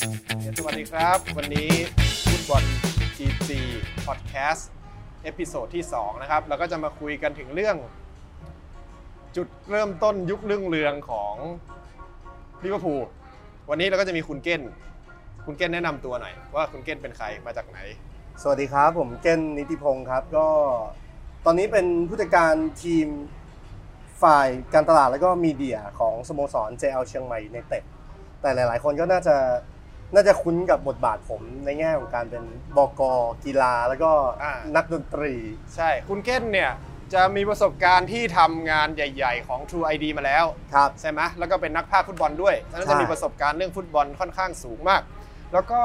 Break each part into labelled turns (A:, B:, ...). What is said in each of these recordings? A: ดีครับ วันนี้ฟุตบอล GT Podcast เอพิโซดที่ 2 นะครับ เราก็จะมาคุยกันถึงเรื่อง จุดเริ่มต้นยุคเรื่องเรืองของลิเวอร์พูลวันนี้เราก็จะมีคุณเก้น คุณเก้นแนะนำตัวหน่อย ว่าคุณเก้นเป็นใครมาจากไหน
B: สวัสดีครับ ผมเก้นนิติพงศ์ครับ ก็ตอนนี้เป็นผู้จัดการทีมฝ่ายการตลาดแล้วก็มีเดียของสโมสร JL เชียงใหม่ในเต็ดแต่หลาย ๆ คนก็น่าจะน่าจะคุ้นกับบทบาทผมในแง่ของการเป็นบอกกีฬาแล้วก็
A: อ่านั
B: นักดนตรี
A: ใช่ คุณเก้นเนี่ยจะมีประสบการณ์ที่ทำงานใหญ่ๆของ True ID มาแล้ว
B: ครับ
A: ใช่ไหมแล้วก็เป็นนักพากย์ฟุตบอลด้วยฉะนั้น
B: ใช่
A: จะมีประสบการณ์เรื่องฟุตบอลค่อนข้างสูงมาก แล้วก็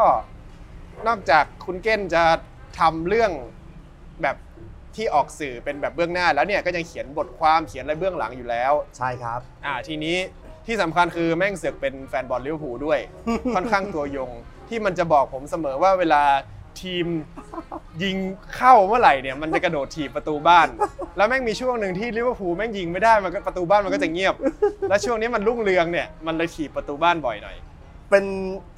A: นอกจากคุณเก้นจะทำเรื่องแบบที่ออกสื่อเป็นแบบเบื้องหน้าแล้วเนี่ยก็ยังเขียนบทความเขียนอะไรเบื้องหลังอยู่แล้ว
B: ใช่ครับ
A: อ่าทีนี้ที่สำคัญคือแม่งเสือกเป็นแฟนบอลลิเวอร์พูลด้วย ค่อนข้างตัวยง ที่มันจะบอกผมเสมอว่าเวลาทีม ยิงเข้าเมื่อไหร่เนี่ยมันจะกระโดดถีบประตูบ้าน แล้วแม่งมีช่วงหนึ่งที่ลิเวอร์พูลแม่งยิงไม่ได้มันก็ประตูบ้านมันก็จะเงียบ แล้วช่วงนี้มันรุ่งเรืองเนี่ยมันเลยถีบประตูบ้านบ่อยหน่อย
B: เป็น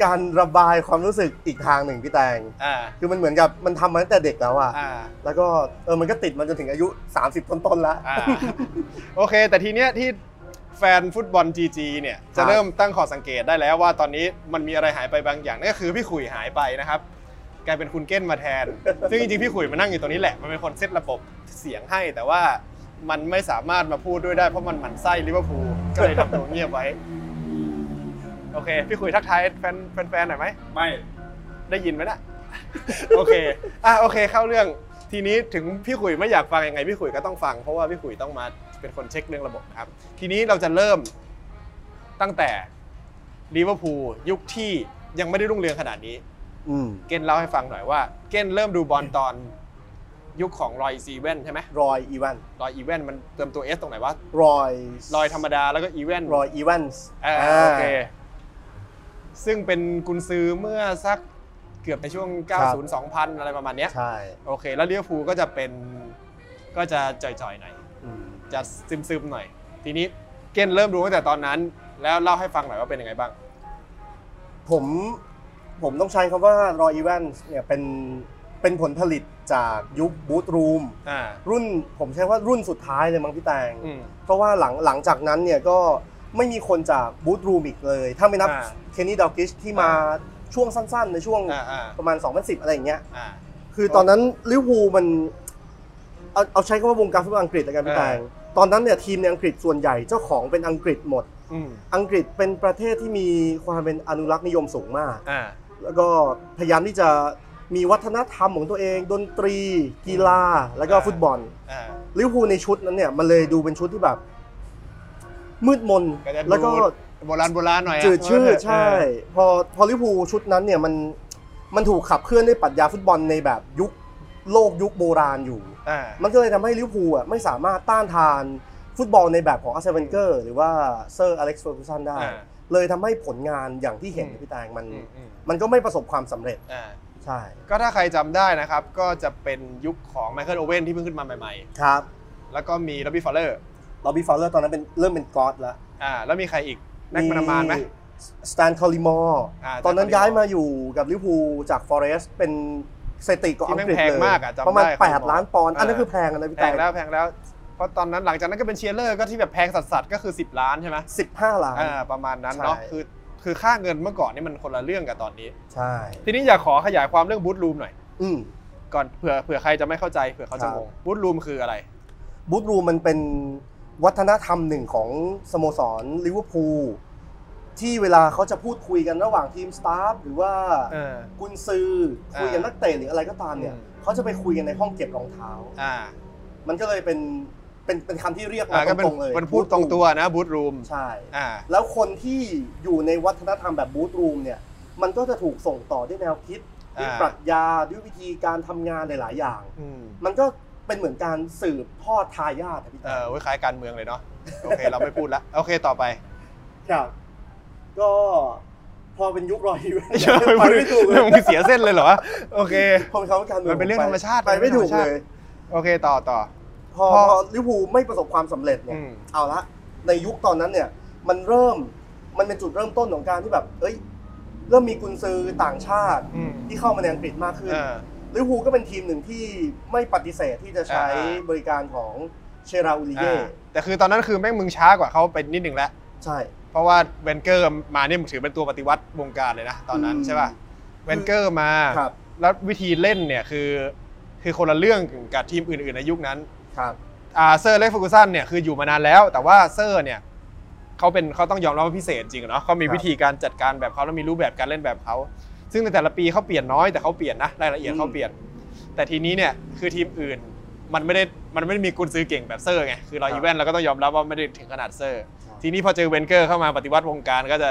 B: การระบายความรู้สึกอีกทางหนึ่งพี่แตง
A: อ่า
B: คือมันเหมือนกับมันทำมาตั้งแต่เด็กแล้วอะ
A: อ่า
B: แล้วก็เออมันก็ติดมันจนถึงอายุ 30 ต้นๆแล้ว
A: อ่า โอเค แต่ทีเนี้ยที่แฟนฟุตบอล GG เนี่ยจะเริ่มตั้งข้อสังเกตได้แล้วว่าตอนนี้มันมีอะไรหายไปบางอย่างนั่นก็คือพี่ขุยหายไปนะครับ กลายเป็นคุณเก้นมาแทน ซึ่งจริงๆ พี่ขุยมานั่งอยู่ตรงนี้แหละ มันเป็นคนเซตระบบเสียงให้ แต่ว่ามันไม่สามารถมาพูดด้วยได้ เพราะมันหมั่นไส้ลิเวอร์พูล ก็เลยทำตัวเงียบไว้ โอเค พี่ขุยทักทายแฟนแฟนๆหน่อยไหม
C: ไม่
A: ได้ยินไหมนะ โอเค อ่ะโอเคเข้าเรื่อง ทีนี้ถึงพี่ขุยไม่อยากฟังยังไงพี่ขุยก็ต้องฟัง เพราะว่าพี่ขุยต้องมาเป็นคนเช็คเรื่องระบบนะครับ ทีนี้เราจะเริ่มตั้งแต่ลิเวอร์พูลยุคที่ยังไม่ได้รุ่งเรืองขนาดนี้
B: อืม
A: เกนเล่าให้ฟังหน่อยว่า เกนเริ่มดูบอลตอนยุคของรอยซีเวนใช่ไหม
B: รอยอีแวน
A: รอยอีเวนมันเติมตัวเอสตรงไหนวะ
B: รอย
A: รอยธรรมดาแล้วก็อีเวน
B: รอยอีแวนส์
A: อ่า
B: า
A: โอเค ซึ่งเป็นกุนซือเมื่อสักเกือบในช่วง
B: ครับ
A: 90 2000 อะไรประมาณเนี้ย
B: ใช่
A: โอเค แล้วเลี้ยวภูลก็จะเป็นก็จะจ่อยๆหน่อย
B: อืม
A: จะซึมๆหน่อย ทีนี้เกนเริ่มดูตั้งแต่ตอนนั้น แล้วเล่าให้ฟังหน่อยว่าเป็นยังไงบ้าง
B: ผมผมต้องใช้คำว่ารอยอีแวนส์เนี่ยเป็นเป็นผลผลิตจากยุคบูธรูม
A: อ่า
B: รุ่นผมใช้ว่ารุ่นสุดท้ายเลยมั้งพี่แตง
A: อืม
B: เพราะว่าหลังหลังจากนั้นเนี่ยก็ไม่มีคนจากบูธรูมอีกเลย ถ้าไม่นับ
A: อ่า
B: เคนนี่ดาวกิชที่มาช่วงสั้นๆ ในช่วง
A: อ่าอ่า
B: ประมาณ 2010 อะไรอย่างเงี้ย
A: อ่า
B: คือตอนนั้นลิเวอร์พูลมันเอาเอาใช้คำว่าวงการฟุตบอลอังกฤษแล้วกันพี่
A: เออ
B: แตงตอนนั้นเนี่ยทีมในอังกฤษส่วนใหญ่เจ้าของเป็นอังกฤษหมด
A: อืม
B: อังกฤษเป็นประเทศที่มีความเป็นอนุรักษ์นิยมสูงมาก
A: อ่า
B: แล้วก็พยายามที่จะมีวัฒนธรรมของตัวเอง ดนตรี กีฬา แล้วก็
A: เออ
B: ฟุตบอล
A: อ่า
B: ลิเวอร์พูลในชุดนั้นเนี่ยมันเลยดูเป็นชุดที่แบบ มืดมน
A: ก็จะดู
B: แล้วก็
A: โบราณโบราณหน่อยะ
B: จืดชื
A: ว่า
B: ด
A: งั้นเถะ
B: ใช่ พอพอลิเวอร์พูลชุดนั้นเนี่ยมันมันถูกขับเคลื่อนด้วยปรัชญาฟุตบอลในแบบยุคโลกยุคโบราณอยู่
A: อ่า
B: มันก็เลยทำให้ลิเวอร์พูลอ่ะไม่สามารถต้านทานฟุตบอลในแบบของอาร์เซนเวนเกอร์หรือว่าเซอร์อเล็กซ์เฟอร์กูสันได้
A: อ่า
B: เลยทำให้ผลงานอย่างที่เห็น
A: อืม
B: พี่แตงมัน
A: อืมอืม
B: มันก็ไม่ประสบความสำเร็จ
A: อ่า
B: ใช่
A: ก็ถ้าใครจำได้นะครับ ก็จะเป็นยุคของไมเคิลโอเว่นที่เพิ่งขึ้นมาใหม่
B: ครับ
A: ๆ แล้วก็มีล็อบบี้ฟอลเลอร์
B: ลอบบี้ฟาวเลอร์ตอนนั้นเป็นเริ่มเป็นก็อดแล้ว
A: อ่า แล้วมีใครอีก แม็กมานามานไหม
B: สแตนคอลิมอร์
A: อ่า Stan
B: ตอนนั้น
A: Collymore
B: ย้ายมาอยู่กับลิเวอร์พูลจากฟอเรสต์เป็นสถิติของ
A: ที่
B: อัง
A: แม่ง
B: กฤษ
A: แพง
B: เลย
A: มากอะจำได้
B: ประมาณ
A: Collymore
B: 8 ล้านปอนด์อันนั้น
A: อ่า
B: คือแพงนะพี่
A: แพ
B: แต
A: ง
B: ง
A: แล้วแพงแล้ว เพราะตอนนั้นหลังจากนั้นก็เป็นเชียร์เลอร์ก็ที่แบบแพงสัสๆก็คือ 10 ล้านใช่ไหม
B: 15 ล้าน
A: อ่า ประมาณนั้นเนาะ
B: ใช่
A: คือ คือค่าเงินเมื่อก่อนนี่มันคนละเรื่องกับตอนนี้
B: ใช่
A: ทีนี้อยากขอขยายความเรื่องบูธรูมหน่อย
B: อืม
A: ก่อนเผื่อ เผื่อใครจะไม่เข้าใจ เผื่อเขาจะงง บูธรูมคืออะไร
B: บูธรูมมันเป็นวัฒนธรรมหนึ่งของสโมสรลิเวอร์พูลที่เวลาเขาจะพูดคุยกันระหว่างทีมสตาฟหรือว่า
A: เออ
B: กุนซือคุยกันนักเตะหรืออะไรก็ตามเนี่ย
A: อืม
B: เขาจะไปคุยกันในห้องเก็บรองเท้า
A: อ่า
B: มันก็เลยเป็นเป็นเป็นคำที่เรียก
A: อ่า
B: มา
A: ก็เป็น
B: ตรงๆเลย
A: เป็นพูดตรงตัวนะบูธรูม
B: ใช่
A: อ่า
B: แล้วคนที่อยู่ในวัฒนธรรมแบบบูธรูมเนี่ยมันก็จะถูกส่งต่อด้วยแนวคิดด้วย
A: อ่า
B: ปรัชญาด้วยวิธีการทำงานหลาย ๆ อย่าง
A: อืม
B: มันก็เป็นเหมือนการสืบทอดทายาทอะพี่
A: เอ
B: ตา
A: อไว้คล้ายการเมืองเลยเนาะ โอเค เราไม่พูดละ โอเค ต่อไป
B: ครับก็พอเป็นยุครอยอีเวนต์
A: อย่า ไปพูด
B: ไปไม่ถูกเล
A: เรื่อย งมึงเสียเส้นเลยเหรอวะโอเค
B: ผมเขาการ
A: มันเป็นเรื่องธรรมชาติ
B: ไปไม่ถู
A: มั
B: ก
A: นเป็นเรื่องธรรมชาติ
B: เลย
A: โอเค ต่อต่อ
B: พอ
A: พอ
B: พอลิเวอร์พูลไม่ประสบความสำเร็จเนี่
A: อื
B: ย
A: ม
B: เอาละในยุคตอนนั้นเนี่ย มันเริ่มมันเป็นจุดเริ่มต้นของการที่แบบ เอ้ย เริ่มมีกุนซือต่างชาติ
A: อืม
B: ที่เข้ามาในอังกฤษมากขึ้น
A: อ่า
B: ลิเวอร์พูลก็เป็นทีมหนึ่งที่ไม่ปฏิเสธที่จะใช้
A: อ่า
B: บริการของเชราอูลิ
A: อ่า
B: เย่
A: แต่คือตอนนั้นคือแม่งมึงช้ากว่าเขาไปนิดหนึ่งแล้ว
B: ใช่
A: เพราะว่าเวนเกอร์มาเนี่ยมึงถือเป็นตัวปฏิวัติวงการเลยนะ ตอนนั้น
B: อืม
A: ใช่ป่ะเวนเกอร์มา
B: ครับ
A: แล้ววิธีเล่นเนี่ยคือคือคนละเรื่องกับทีมอื่นๆในยุคนั้น
B: ครับ
A: อ่าเซอร์เล็กฟูกุสันเนี่ยคืออยู่มานานแล้ว แต่ว่าเซอร์เนี่ยเขาเป็นเขาต้องยอมรับว่าพิเศษจริงอะเนาะเขามีวิธีการจัดการแบบเขาแล้วมีรูปแบบการเล่นแบบเขาซึ่งในแต่ละปีเขาเปลี่ยนน้อยแต่เขาเปลี่ยนนะรายละเอียดเขาเปลี่ยน แต่ทีนี้เนี่ยคือทีมอื่นมันไม่ได้มันไม่ได้มีกุนซื้อเก่งแบบเซอร์ไงคือเราอีเวนต์เราก็ต้องยอมรับว่าไม่ได้ถึงขนาดเซอร์ ทีนี้พอเจอเวนเกอร์เข้ามาปฏิวัติวงการก็จะ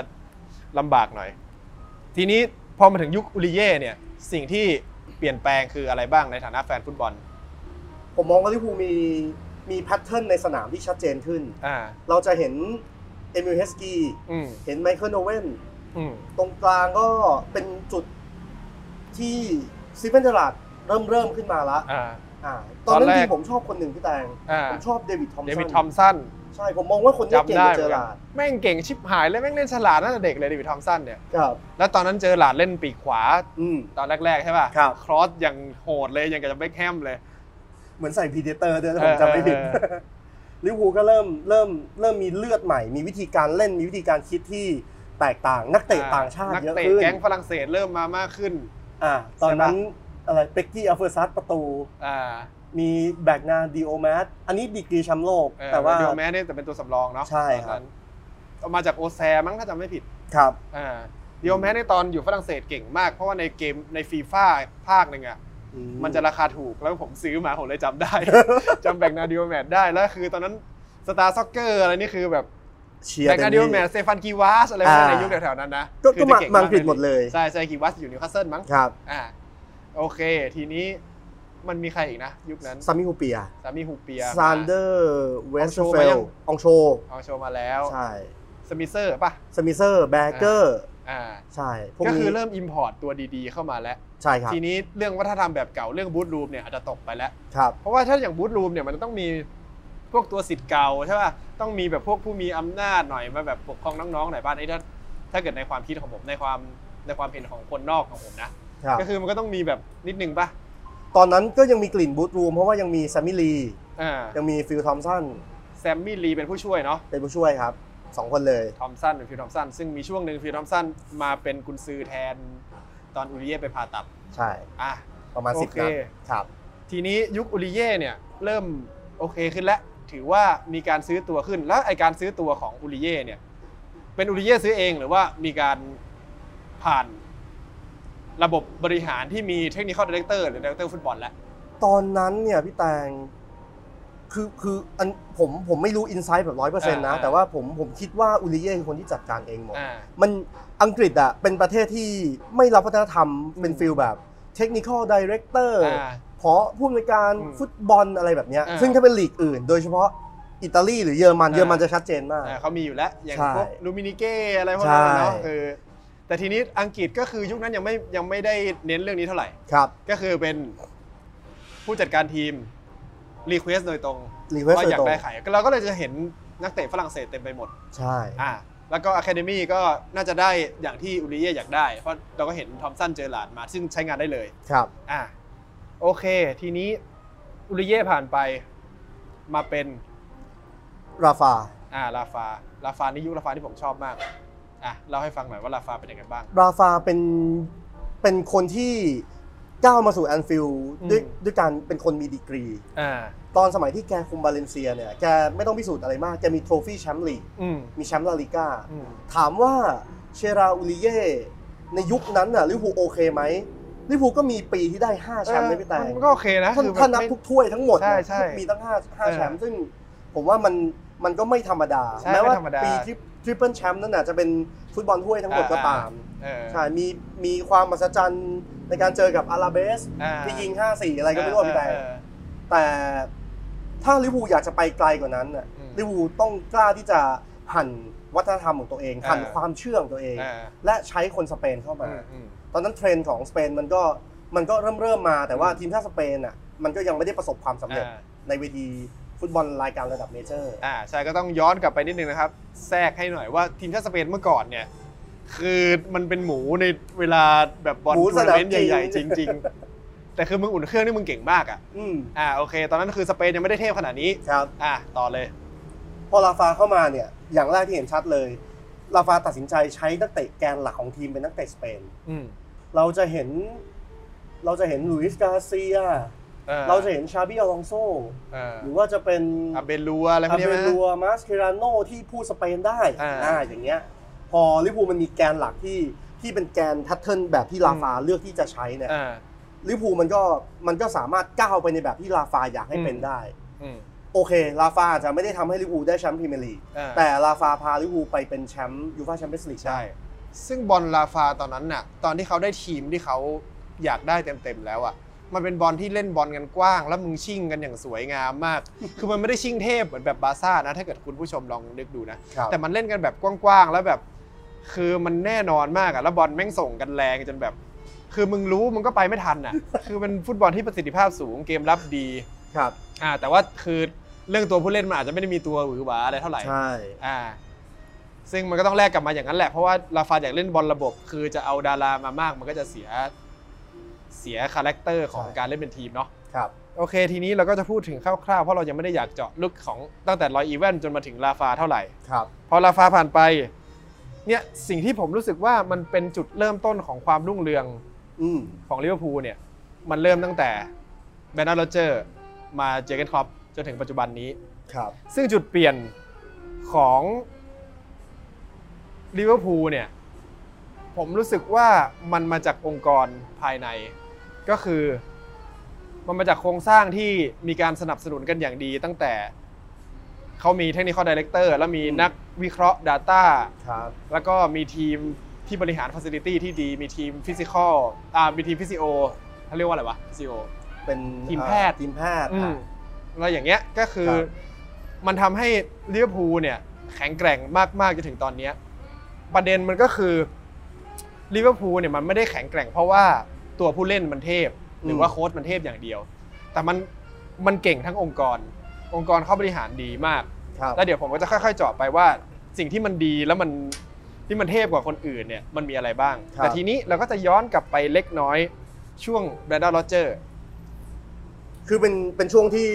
A: ลำบากหน่อย ทีนี้พอมาถึงยุคอุลิเย่เนี่ยสิ่งที่เปลี่ยนแปลงคืออะไรบ้างในฐานะแฟนฟุตบอล
B: ผมมองว่าลิเวอร์พูลมีมีแพทเทิร์นในสนามที่ชัดเจนขึ้น
A: อ่า
B: เราจะเห็นเอมิลเฮสกี
A: อืม
B: เห็นไมเคิลโอเว่น
A: อืม
B: ตรงกลางก็เป็นจุดที่ซีเวนเจอร์ลาร์ดเริ่มเริ่มขึ้นมาละ
A: อ่า
B: อ่าต
A: ต
B: อ
A: อน น
B: นั้น
A: แรก
B: ที่ผมชอบคนหนึ่งพี่แตง
A: อ่า
B: ผมชอบเดวิดทอม
A: เด
B: สั
A: วิด
B: น
A: ทอมสัน
B: ใช่ ผมมองว่าคนนี้เก่ง
A: จำได้
B: ก
A: เหมือนกั
B: ว่าเจอร์ลาน ร์ด
A: แม่งเก่งชิบหายเลยแม่งเล่นฉลาดตั้งแต่เด็กเลยเดวิดทอมสันเนี่ย
B: ครับ
A: แล้วตอนนั้นเจอหลาดเล่นปีกขวา
B: อืม
A: ตอนแรกๆใช่ป่ะ
B: ครับ
A: ครอสอย่างโหดเลยยังกับจะเบคแฮมเลย
B: เหมือนใส่พีเดเตอร์ด้วยถ้า
A: เอ
B: ผ
A: อ
B: มจำไม่ผิด
A: เออ
B: ลิเวอร์พูลก็เริ่มเริ่มเริ่มมีเลือดใหม่ มีวิธีการเล่น มีวิธีการคิดที่แตกต่าง นักเตะต่างชาติ
A: นัก
B: เยอะ
A: เตะ
B: ขึ้น
A: แก๊งฝรั่งเศสเริ่มมามากขึ้น
B: อ่าตอนนั้น
A: ใช่
B: อะไรเบกกี้อัลเฟอร์ซัสประตู
A: อ่า
B: มีแบกนาดีโอแมสอันนี้ดีกรีแชมป์โลก
A: เออ
B: แต่ว่า
A: เดลแมนเนี่ยแต่เป็นตัวสำรองเนาะ
B: ใช่
A: ตอน
B: ครับ
A: นั้นเอามาจากโอแซมั้งถ้าจำไม่ผิด
B: ครับ
A: อ่าเดลแมนในตอนอยู่ฝรั่งเศสเก่งมาก เพราะว่าในเกมในฟีฟ่าภาคหนึ่งอะ
B: อื
A: มันจะราคาถูกแล้วผมซื้อมาผมเลยจำได้ จำแบงนาดิโอแมทได้แล้วคือตอนนั้นสตาร์ซ็อกเกอร์อะไรนี่คือแบบ
B: เชียร์
A: แบง
B: เต็
A: นาม ดิโอ
B: ที่
A: แมทเซฟันกีวาสอะไรพวกนั้น
B: อ่า
A: ในยุคแถวๆนั้นนะ
B: ก็
A: คือจะ
B: ก็มา
A: เง
B: มังกฤษหมดเลย
A: ใช่ใช่กีวาสอยู่นิวคาสเซิลมั้ง
B: ครับ
A: อ่าโอเค ทีนี้มันมีใครอีกนะ ยุคนั้น
B: ซามิฮูเปีย
A: สามีฮูเปีย
B: ซานเดอร์เวสเฟ
A: มายัง
B: ลองโช
A: เอาโชว์มาแล้ว
B: ใช่
A: สมิเซอร์ป่ะ
B: สมิเซอร์แบเกอร์
A: อ่า
B: ใช่พวก
A: ก็คื
B: นี้
A: อเริ่มอิมพอร์ตตัวดีๆเข้ามาแล้ว
B: ใช่ครับ
A: ทีนี้เรื่องวัฒนธรรมแบบเก่าเรื่องบูธรูมเนี่ยอาจจะตกไปแล้ว
B: ครับ
A: เพราะว่าถ้าอย่างบูธรูมเนี่ยมันจะต้องมีพวกตัวสิทธิ์เก่าใช่ป่ะต้องมีแบบพวกผู้มีอำนาจหน่อยมาแบบปกครองน้องๆหน่อยบ้านไอ้ถ้าถ้าเกิดในความคิดของผมในความในความเห็นของคนนอกของผมนะ
B: ครับ
A: ก็คือมันก็ต้องมีแบบนิดนึงป่ะ
B: ตอนนั้นก็ยังมีกลิ่นบูธรูมเพราะว่ายังมีซามิลี
A: อ่า
B: ยังมีฟิลทอมสัน
A: แซมมี่ลีเป็นผู้ช่วยเนาะ
B: เป็นผู้ช่วยครับสองคนเลย
A: ทอมสันหรือฟิลทอมสันซึ่งมีช่วงหนึ่งฟิลทอมสันมาเป็นกุนซือแทนตอนอุริเย่ไปผ่าตัด
B: ใช่
A: อ่ะ
B: ประมาณ
A: โอ
B: สิบ
A: เค
B: นัดครับ
A: ทีนี้ยุคอุริเย่เนี่ยเริ่มโอเคขึ้นแล้ว ถือว่ามีการซื้อตัวขึ้นแล้วไอการซื้อตัวของอุริเย่เนี่ยเป็นอุริเย่ซื้อเองหรือว่ามีการผ่านระบบบริหารที่มีเทคนิคอลดีเลกเตอร์หรือดีเลกเตอร์ฟุตบอลแล้ว
B: ตอนนั้นเนี่ยพี่แตงคือคืออันผมผมไม่รู้อินไซต์แบบร้อยเปอร์เซ็นต์นะ
A: อ่า
B: แต่ว่าผมผมคิดว่าอุลิเย่คือคนที่จัดการเองหมด
A: อ่า
B: มันอังกฤษอะเป็นประเทศที่ไม่รับวัฒนธรรมเป็น
A: อืม
B: ฟิลแบบเทคนิคอลดีเรคเตอร์
A: อ่า
B: เพราะผู้อำนวยการ
A: อืม
B: ฟุตบอลอะไรแบบเนี้ย
A: อ่า
B: ซึ่งถ้าเป็นลีกอื่น โดยเฉพาะอิตาลีหรือเยอรมัน
A: อ่า
B: เยอรมันจะชัดเจนมาก
A: อ่าเขามีอยู่แล้ว อย่าง
B: ใช่
A: พวกลูมินิเก้อะไรพวกนั้นนะเนาะ
B: ใช่
A: เออแต่ทีนี้อังกฤษก็คือยุคนั้นยังไม่ยังไม่ได้เน้นเรื่องนี้เท่าไหร่
B: ครับ
A: ก็คือเป็นผู้จัดการทีมรีเควสโดยตรง
B: รีเควส
A: ว่า
B: โด
A: อย ยา
B: ต
A: ก
B: รง
A: ได้ใครเราก็เลยจะเห็นนักเตะฝรั่งเศสเต็มไปหมด
B: ใช่
A: อ่า แล้วก็อะคาเดมี่ก็น่าจะได้อย่างที่อุริเย่อยากได้ เพราะเราก็เห็นทอมสันเจอหลาร์ดมา ซึ่งใช้งานได้เลย
B: ครับ
A: อ่า โอเค ทีนี้อุริเย่ผ่านไปมาเป็น
B: ราฟา
A: อ่าลาฟา ลาฟานี่ยุคลาฟาที่ผมชอบมาก อ่ะเล่าให้ฟังหน่อยว่าลาฟาเป็นยังไงบ้าง
B: ราฟาเป็นเป็นคนที่ก้าวมาสู่แอนฟิลด์ด้วย
A: อืม
B: ด้วยการเป็นคนมีดีกรี
A: อ่า
B: ตอนสมัยที่แกคุมบาเลนเซียเนี่ยแกไม่ต้องพิสูจน์อะไรมากแกมีโทฟี่แชมป์ลีก
A: อืม
B: มีแชมป์ลาลิก้า
A: อืม
B: ถามว่าเชราอูลิเย่ในยุคนั้นน่ะลิเวอร์พูลโอเคไหมลิเวอร์พูลก็มีปีที่ได้ 5 แชมป์นะพี่แตง
A: มันก็โอเคนะ
B: ถ้า
A: คือมั
B: ถ้านับ
A: ไม่
B: ทุกถ้วยทั้งหมด
A: ใช่
B: เนี่ย
A: ใช่
B: มีตั้ง5 5แชมป์
A: เออ
B: ซึ่งผมว่ามันมันก็ไม่ธรรมดา
A: ใช่
B: แม้ว่า
A: ไม่ธรรมดา
B: ปีที่ทริปเปิลแชมป์นั่นน่ะจะเป็นฟุตบอลถ้วยทั้งหมด
A: อ่า
B: ก็ตาม
A: เออ
B: ใช่มีมีความมหัศจรรย์ในการเจอกับอาราเบส
A: อ่า
B: ที่ยิง 5-4 อะไรก็ไม่รู้อะพี่แตง
A: เออ
B: แต่ถ้าลิเวอร์พูลอยากจะไปไกลกว่านั้นน่ะ
A: อืม
B: ลิเวอร์พูลต้องกล้าที่จะหั่นวัฒนธรรมของตัวเองหั่น
A: อ่า
B: ความเชื่อของตัวเอง
A: เออ
B: และใช้คนสเปนเข้ามา
A: อืม
B: ตอนนั้นเทรนด์ของสเปนมันก็มันก็เริ่มเริ่มมาแต่ว่าทีมชาติสเปนอ่ะมันก็ยังไม่ได้ประสบความสำเร็จในเวทีฟุตบอลรายการระดับเมเจอร์
A: อ่าใช่ก็ต้องย้อนกลับไปนิดนึงนะครับ แทรกให้หน่อยว่าทีมชาติสเปนเมื่อก่อนเนี่ย คือมันเป็นหมูในเวลาแบบบอล
B: หมู
A: ทัว
B: ส
A: ร์
B: นาม
A: นาเมนต์
B: จริง
A: ใหญ่ๆ จริง ๆ แต่คือมึงอุ่นเครื่องนี่มึงเก่งมากอ่ะ
B: อืม
A: อ่าโอเค ตอนนั้นคือสเปนยังไม่ได้เทพขนาดนี้
B: ครับ
A: อ่ะต่อเลย
B: พอลาฟาเข้ามาเนี่ย อย่างแรกที่เห็นชัดเลย ลาฟาตัดสินใจใช้นักเตะแกนหลักของทีมเป็นนักเตะสเปน
A: อืม
B: เราจะเห็น เราจะเห็นลุยส์กาเซีย
A: ออ
B: เราจะเห็นชาบิอลองโซ
A: เออ
B: หรือว่าจะเป็น
A: อาเบลัวอะไรพวกนี้ไหม
B: เบลัวมาสเคราโนที่พูดสเปนได้
A: อ่า
B: อย่างเงี้ย พอลิเวอร์พูลมันมีแกนหลักที่ที่เป็นแกนแพทเทิร์นแบบที่ลาฟาเลือกที่จะใช้เนี่ย
A: เออ
B: ลิเวอร์พูลมันก็มันก็สามารถก้าวไปในแบบที่ลาฟาอยากให้เป็น
A: อืม
B: ได้
A: อืม
B: โอเค ลาฟาอาจจะไม่ได้ทำให้ลิเวอร์พูลได้แชมป์พรีเมียร์ลีก
A: เออ
B: แต่ลาฟาพาลิเวอร์พูลไปเป็นแชมป์ยูฟ่าแชมเปี้ยนส์ลีก
A: ใช่ ซึ่งบอลลาฟาตอนนั้นน่ะ ตอนที่เขาได้ทีมที่เขาอยากได้เต็มๆแล้วอ่ะ มันเป็นบอลที่เล่นบอลกันกว้าง แล้วมึงชิ่งกันอย่างสวยงามมาก คือมันไม่ได้ชิ่งเทพเหมือนแบบบาร์ซ่านะ ถ้าเกิดคุณผู้ชมลองนึกดูนะ
B: ครับ
A: แต่มันเล่นกันแบบกว้างๆ แล้วแบบ คือมันแน่นอนมากอ่ะ แล้วบอลแม่งส่งกันแรงจนแบบ คือมึงรู้มึงก็ไปไม่ทันอ่ะ คือเป็นฟุตบอลที่ประสิทธิภาพสูง เกมรับดี
B: ครับ
A: อ่า แต่ว่าคือเรื่องตัวผู้เล่นมันอาจจะไม่ได้มีตัวหวือหวาอะไรเท่าไหร่
B: ใช่
A: อ่า ซึ่งมันก็ต้องแลกกลับมาอย่างนั้นแหละ เพราะว่าลาฟาอยากเล่นบอลระบบ คือจะเอาดารามามาก มันก็จะเสีย เสียคาแรคเตอร์ของ
B: ใช่
A: การเล่นเป็นทีมเนาะ
B: ครับ
A: โอเค ทีนี้เราก็จะพูดถึงคร่าวๆ เพราะเรายังไม่ได้อยากเจาะลึกของตั้งแต่รอยอีเวนต์จนมาถึงลาฟาเท่าไหร่
B: ครับ
A: พอลาฟาผ่านไป เนี่ย สิ่งที่ผมรู้สึกว่ามันเป็นจุดเริ่มต้นของความรุ่งเรือง
B: อืม
A: ของลิเวอร์พูลเนี่ย มันเริ่มตั้งแต่แบรนด์โรเจอร์มาเจอร์เกนคล็อปป์จนถึงปัจจุบันนี้
B: ครับ
A: ซึ่งจุดเปลี่ยนของลิเวอร์พูลเนี่ย ผมรู้สึกว่ามันมาจากองค์กรภายใน ก็คือ มันมาจากโครงสร้างที่มีการสนับสนุนกันอย่างดี ตั้งแต่เขามีเทคนิคอ l ดีเลกเตอร์แล้วมีนักวิเคราะห์ Data
B: ครับ
A: แล้วก็มีทีมที่บริหาร f a c i l i t y ที่ดี มีทีมฟิสิกอลอ่ามีทีมฟิสิโอเขาเรียกว่าอะไรวะฟิสิโอ
B: เป็น
A: ทีมแพทย์
B: เอ่อทีมแพทย์
A: อืม
B: อ่ะ
A: แล้วอย่างเงี้ยก็คือ
B: ครับ
A: มันทำให้ลิเวอร์พูลเนี่ยแข็งแกร่งมากๆจนถึงตอนเนี้ยประเด็นมันก็คือลิเวอร์พูลเนี่ยมันไม่ได้แข็งแกร่งเพราะว่าตัวผู้เล่นมันเทพ หรือว่าโค้ชมันเทพอย่างเดียว แต่มันมันเก่งทั้งองค์กร องค์กรเข้าบริหารดีมาก
B: ครับ
A: แล้วเดี๋ยวผมก็จะค่อยๆเจาะไปว่าสิ่งที่มันดีแล้วมันที่มันเทพกว่าคนอื่นเนี่ยมันมีอะไรบ้าง
B: ครับ
A: แต่ทีนี้เราก็จะย้อนกลับไปเล็กน้อยช่วงแบรนด์โรเจอร์
B: คือเป็นเป็นช่วงที่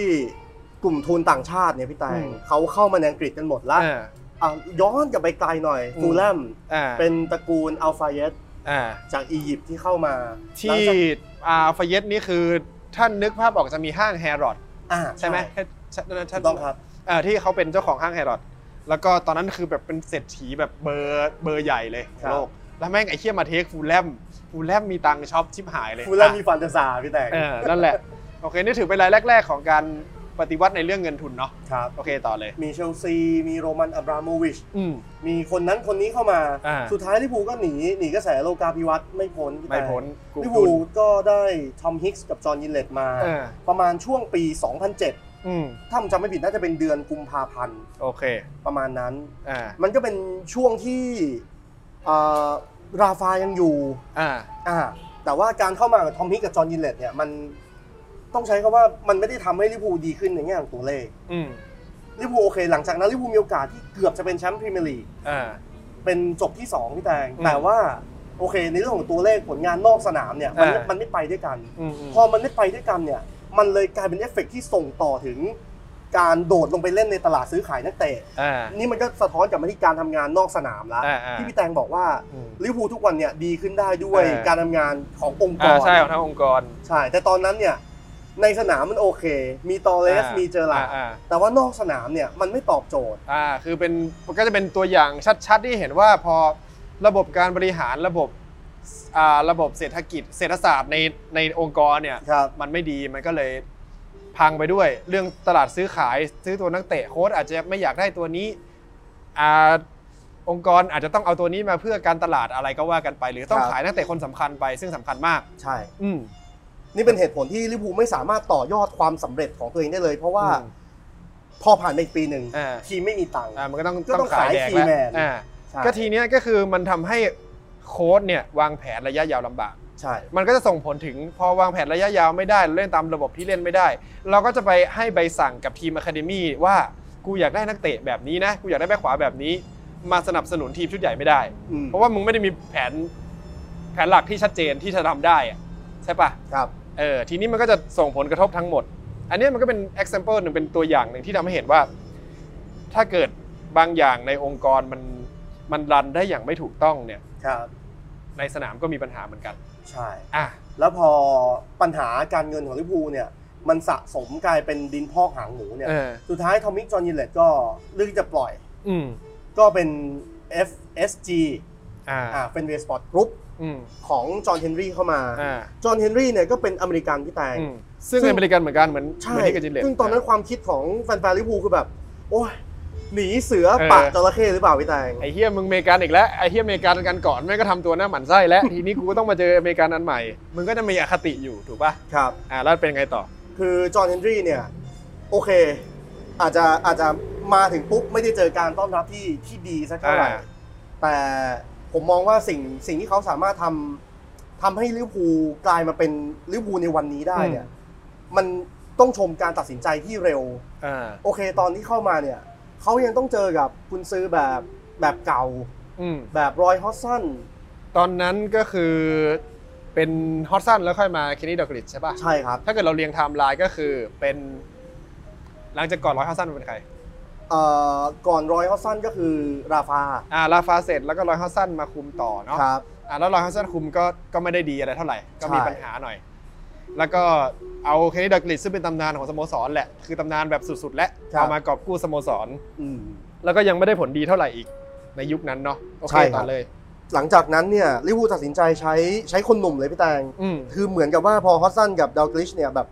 B: กลุ่มทุนต่างชาติเนี่ยพี่แต
A: อืม
B: งเขาเข้ามาในอังกฤษกันหมดละ
A: อ่า
B: อ่ะย้อนกลับไปไกลหน่อย
A: อืม
B: ฟูลแลม
A: อ่า
B: เป็นตระกูลอัลฟาเยต
A: อ่า
B: จากอียิปต์ที่เข้ามาหลั
A: ที่
B: งจาก
A: อาฟาเยตนี่คือท่านนึกภาพออกจะมีห้างแฮร์รอด
B: อ่า
A: ใช่ไหมใช่
B: ถู
A: ท่าน
B: กต้องครับ
A: เอ่อที่เขาเป็นเจ้าของห้างแฮร์รอดแล้วก็ตอนนั้นคือแบบเป็นเศรษฐีแบบเบอร์เบอร์ใหญ่เลยของ
B: ครับ
A: โลก แล้วแม่งไอ้เคียมาเทคฟูลแลมฟูลแลมมีตังค์ช็อปชิบหายเลย
B: ฟูลแลมมีฟันเดซาพี่แตง
A: เออนั่นแหละ โอเค นี่ถือเป็นรายแรก ๆ ของการปฏิวัติในเรื่องเงินทุนเนาะ
B: ครับ
A: โอเคต่อเลย
B: มีเชลซี มีโรมันอับราโมวิช
A: อืม
B: มีคนนั้นคนนี้เข้ามา
A: อ่า
B: สุดท้ายลิเวอร์พูลก็หนีหนีกระแสโลกาภิวัตน์ไม่พ้นพี่
A: ไม่
B: แตง
A: พ้นกลุ่ม
B: ลิเวอร์
A: ทุ
B: พู
A: น
B: ลก็ได้ทอมฮิกส์กับจอห์นยินเลตมา
A: เออ
B: ประมาณช่วงปี 2007
A: อืม
B: ถ้าผมจำไม่ผิดน่าจะเป็นเดือนกุมภาพันธ์
A: โอเค
B: ประมาณนั้น
A: อ่า
B: มันก็เป็นช่วงที่อ่าราฟายังอยู่
A: อ่า
B: อ่าแต่ว่าการเข้ามาของทอมฮิกกับจอห์นยินเลตเนี่ยมันต้องใช้คำว่ามันไม่ได้ทำให้ลิเวอร์พูลดีขึ้นในแง่ของตัวเลข
A: อืม
B: ลิเวอร์พูลโอเค หลังจากนั้นลิเวอร์พูลมีโอกาสที่เกือบจะเป็นแชมป์พรีเมียร์ลีก
A: อ่า
B: เป็นจบที่สองพี่แตง
A: อืม
B: แต่ว่าโอเค ในเรื่องของตัวเลขผลงานนอกสนามเนี่ยมัน
A: อ่ามั
B: มันไม่ไปด้วยกัน
A: อืม
B: พอมันไม่ไปด้วยกันเนี่ย มันเลยกลายเป็นเอฟเฟกต์ที่ส่งต่อถึง การโดดลงไปเล่นในตลาดซื้อขายนักเตะ
A: อ่า
B: นี่มันก็สะท้อนกลับมาที่การทำงานนอกสนามละ
A: อ่าอ่า
B: ที่พี่แตงบอกว่า
A: อืม
B: ลิเวอร์พูลทุกวันเนี่ยดีขึ้นได้ด้วย
A: เออ
B: การทำงานขององค์ก
A: อ่าร ใช่ของทั้งองค์กร
B: ใช่ แต่ตอนนั้นเนี่ยในสนามมันโอเค มีตอเรส
A: า
B: มีเจอร์ลาร์ด
A: อ่า
B: แต่ว่านอกสนามเนี่ยมันไม่ตอบโจทย์
A: อ่าคือเป็นมันก็จะเป็นตัวอย่างชัดๆที่เห็นว่าพอระบบการบริหารระบบอ่าระบบเศรษฐกิจ เศรษฐศาสตร์ในในองค์กรเนี่ย
B: ครับ
A: มันไม่ดีมันก็เลยพังไปด้วย เรื่องตลาดซื้อขายซื้อตัวนักเตะโค้ชอาจจะไม่อยากได้ตัวนี้อ่าองค์กรอาจจะต้องเอาตัวนี้มาเพื่อการตลาดอะไรก็ว่ากันไป หรือต้อง
B: ครับ
A: ขายนักเตะคนสำคัญไปซึ่งสำคัญมาก
B: ใช่
A: อืม
B: นี่เป็นเหตุผลที่ลิเวอร์พูลไม่สามารถต่อยอดความสำเร็จของตัวเองได้เลย เพราะว่า
A: อืม
B: พอผ่านไปอีกปีหนึ่ง
A: อ่า
B: ทีมไม่มีตังค์
A: อ่ามันก็ต้อง
B: ก็ต้อง
A: ต้องขาย
B: ขาย
A: แดงแล้ว
B: keyman
A: อ่า
B: ใช่
A: ก็ทีเนี้ยก็คือมันทำให้โค้ดเนี่ยวางแผนระยะยาวลำบาก
B: ใช่
A: มันก็จะส่งผลถึงพอวางแผนระยะยาวไม่ได้เล่นตามระบบที่เล่นไม่ได้ เราก็จะไปให้ใบสั่งกับทีมอะคาเดมี่ว่ากูอยากได้นักเตะแบบนี้นะ กูอยากได้แบ็คขวาแบบนี้ มาสนับสนุนทีมชุดใหญ่ไม่ได้
B: อืม
A: เพราะว่ามึงไม่ได้มีแผนแผนหลักที่ชัดเจนที่จะทำได้อะใช่ปะ
B: ครับ
A: เออทีนี้มันก็จะส่งผลกระทบทั้งหมด อันเนี้ยมันก็เป็น example หนึ่งเป็นตัวอย่างหนึ่งที่ทำให้เห็นว่า ถ้าเกิดบางอย่างในองค์กรมันมันรันได้อย่างไม่ถูกต้องเนี่ย
B: ครับ
A: ในสนามก็มีปัญหาเหมือนกัน
B: ใช่
A: อ่ะ
B: แล้วพอปัญหาการเงินของลิเวอร์พูลเนี่ย มันสะสมกลายเป็นดินพอกหางหมูเนี่ย
A: เออ
B: สุดท้ายทอมมิกจอห์นยินเลตก็เลือกที่จะปล่อย
A: อืม
B: ก็เป็น FSG
A: อ่า
B: อ่าเป็นเวสปอร์ตกรุ๊ป
A: อืม
B: ของจอห์นเฮนรี่เข้ามา
A: อ่า
B: จอห์นเฮนรี่เนี่ยก็เป็นอเมริกันที่แตง
A: อืม ซึ่ง
B: ซึ่ง
A: อเมริกันเหมือนกันเหมือนเห
B: ใช่
A: มือนที่กับจินเลต
B: ซึ่งตอนนั้นความคิดของแฟนๆลิเวอร์พูลคือแบบ โอ้ย หนีเสือ
A: เออ
B: ป่าจระเข้หรือเปล่าพี่แตง
A: ไอเฮียมึงอเมริกันอีกแล้วไอเฮียอเมริกันกันก่อนแม่งก็ทำตัวหน้าหมันไส้แล้ว ทีนี้กูก็ต้องมาเจออเมริกันอันใหม่ มึงก็จะมีอคติอยู่ถูกป่ะ
B: ครับ
A: อ่าแล้วเป็นไงต่อ
B: คือจอห์นเฮนรี่เนี่ย โอเค อาจจะอาจจะมาถึงปุ๊บ ไม่ได้เจอการต้อนรับที่ที่ดีสักเท่าไหร่
A: อ่า
B: แต่ผมมองว่าสิ่งสิ่งที่เขาสามารถทำทำให้ลิเวอร์พูลกลายมาเป็นลิเวอร์พูลในวันนี้ได้เนี่ย มันต้องชมการตัดสินใจที่เร็ว
A: อ่า
B: โอเค ตอนที่เข้ามาเนี่ย เขายังต้องเจอกับคุณซื้อแบบแบบเก่า
A: อืม
B: แบบรอยฮอสซัน
A: ตอนนั้นก็คือเป็นฮอตซันแล้วค่อยมาเคนนี่ดอกริดใช่ป่ะ
B: ใช่ครับ
A: ถ้าเกิดเราเรียงไทม์ไลน์ก็คือเป็น หลังจากก่อนร้อยฮอตซันเป็นใคร
B: เอ่อก่อนรอยฮอสซันก็คือราฟา
A: อ่าลาฟาเสร็จแล้วก็ร้อยฮอตซันมาคุมต่อเนาะ
B: ครับ
A: อ่ะแล้วรอยฮัสซันคุมก็ก็ไม่ได้ดีอะไรเท่าไหร่ ก็มี
B: ใช่
A: ปัญหาหน่อย แล้วก็เอาเคนนี่ดักลิดซึ่งเป็นตำนานของสโมสรแหละ คือตำนานแบบสุดๆ และเอามากอบกู้สโมสร
B: อืม
A: แล้วก็ยังไม่ได้ผลดีเท่าไหร่อีกในยุคนั้นเนาะโอเค
B: ใช่ครับ
A: ต่อเลย
B: หลังจากนั้นเนี่ยลิเวอร์พูลตัดสินใจใช้ใช้คนหนุ่มเลยพี่แตง
A: อืม
B: คือเหมือนกับว่าพอฮอสซันกับดาวกลิชเนี่ยแบบ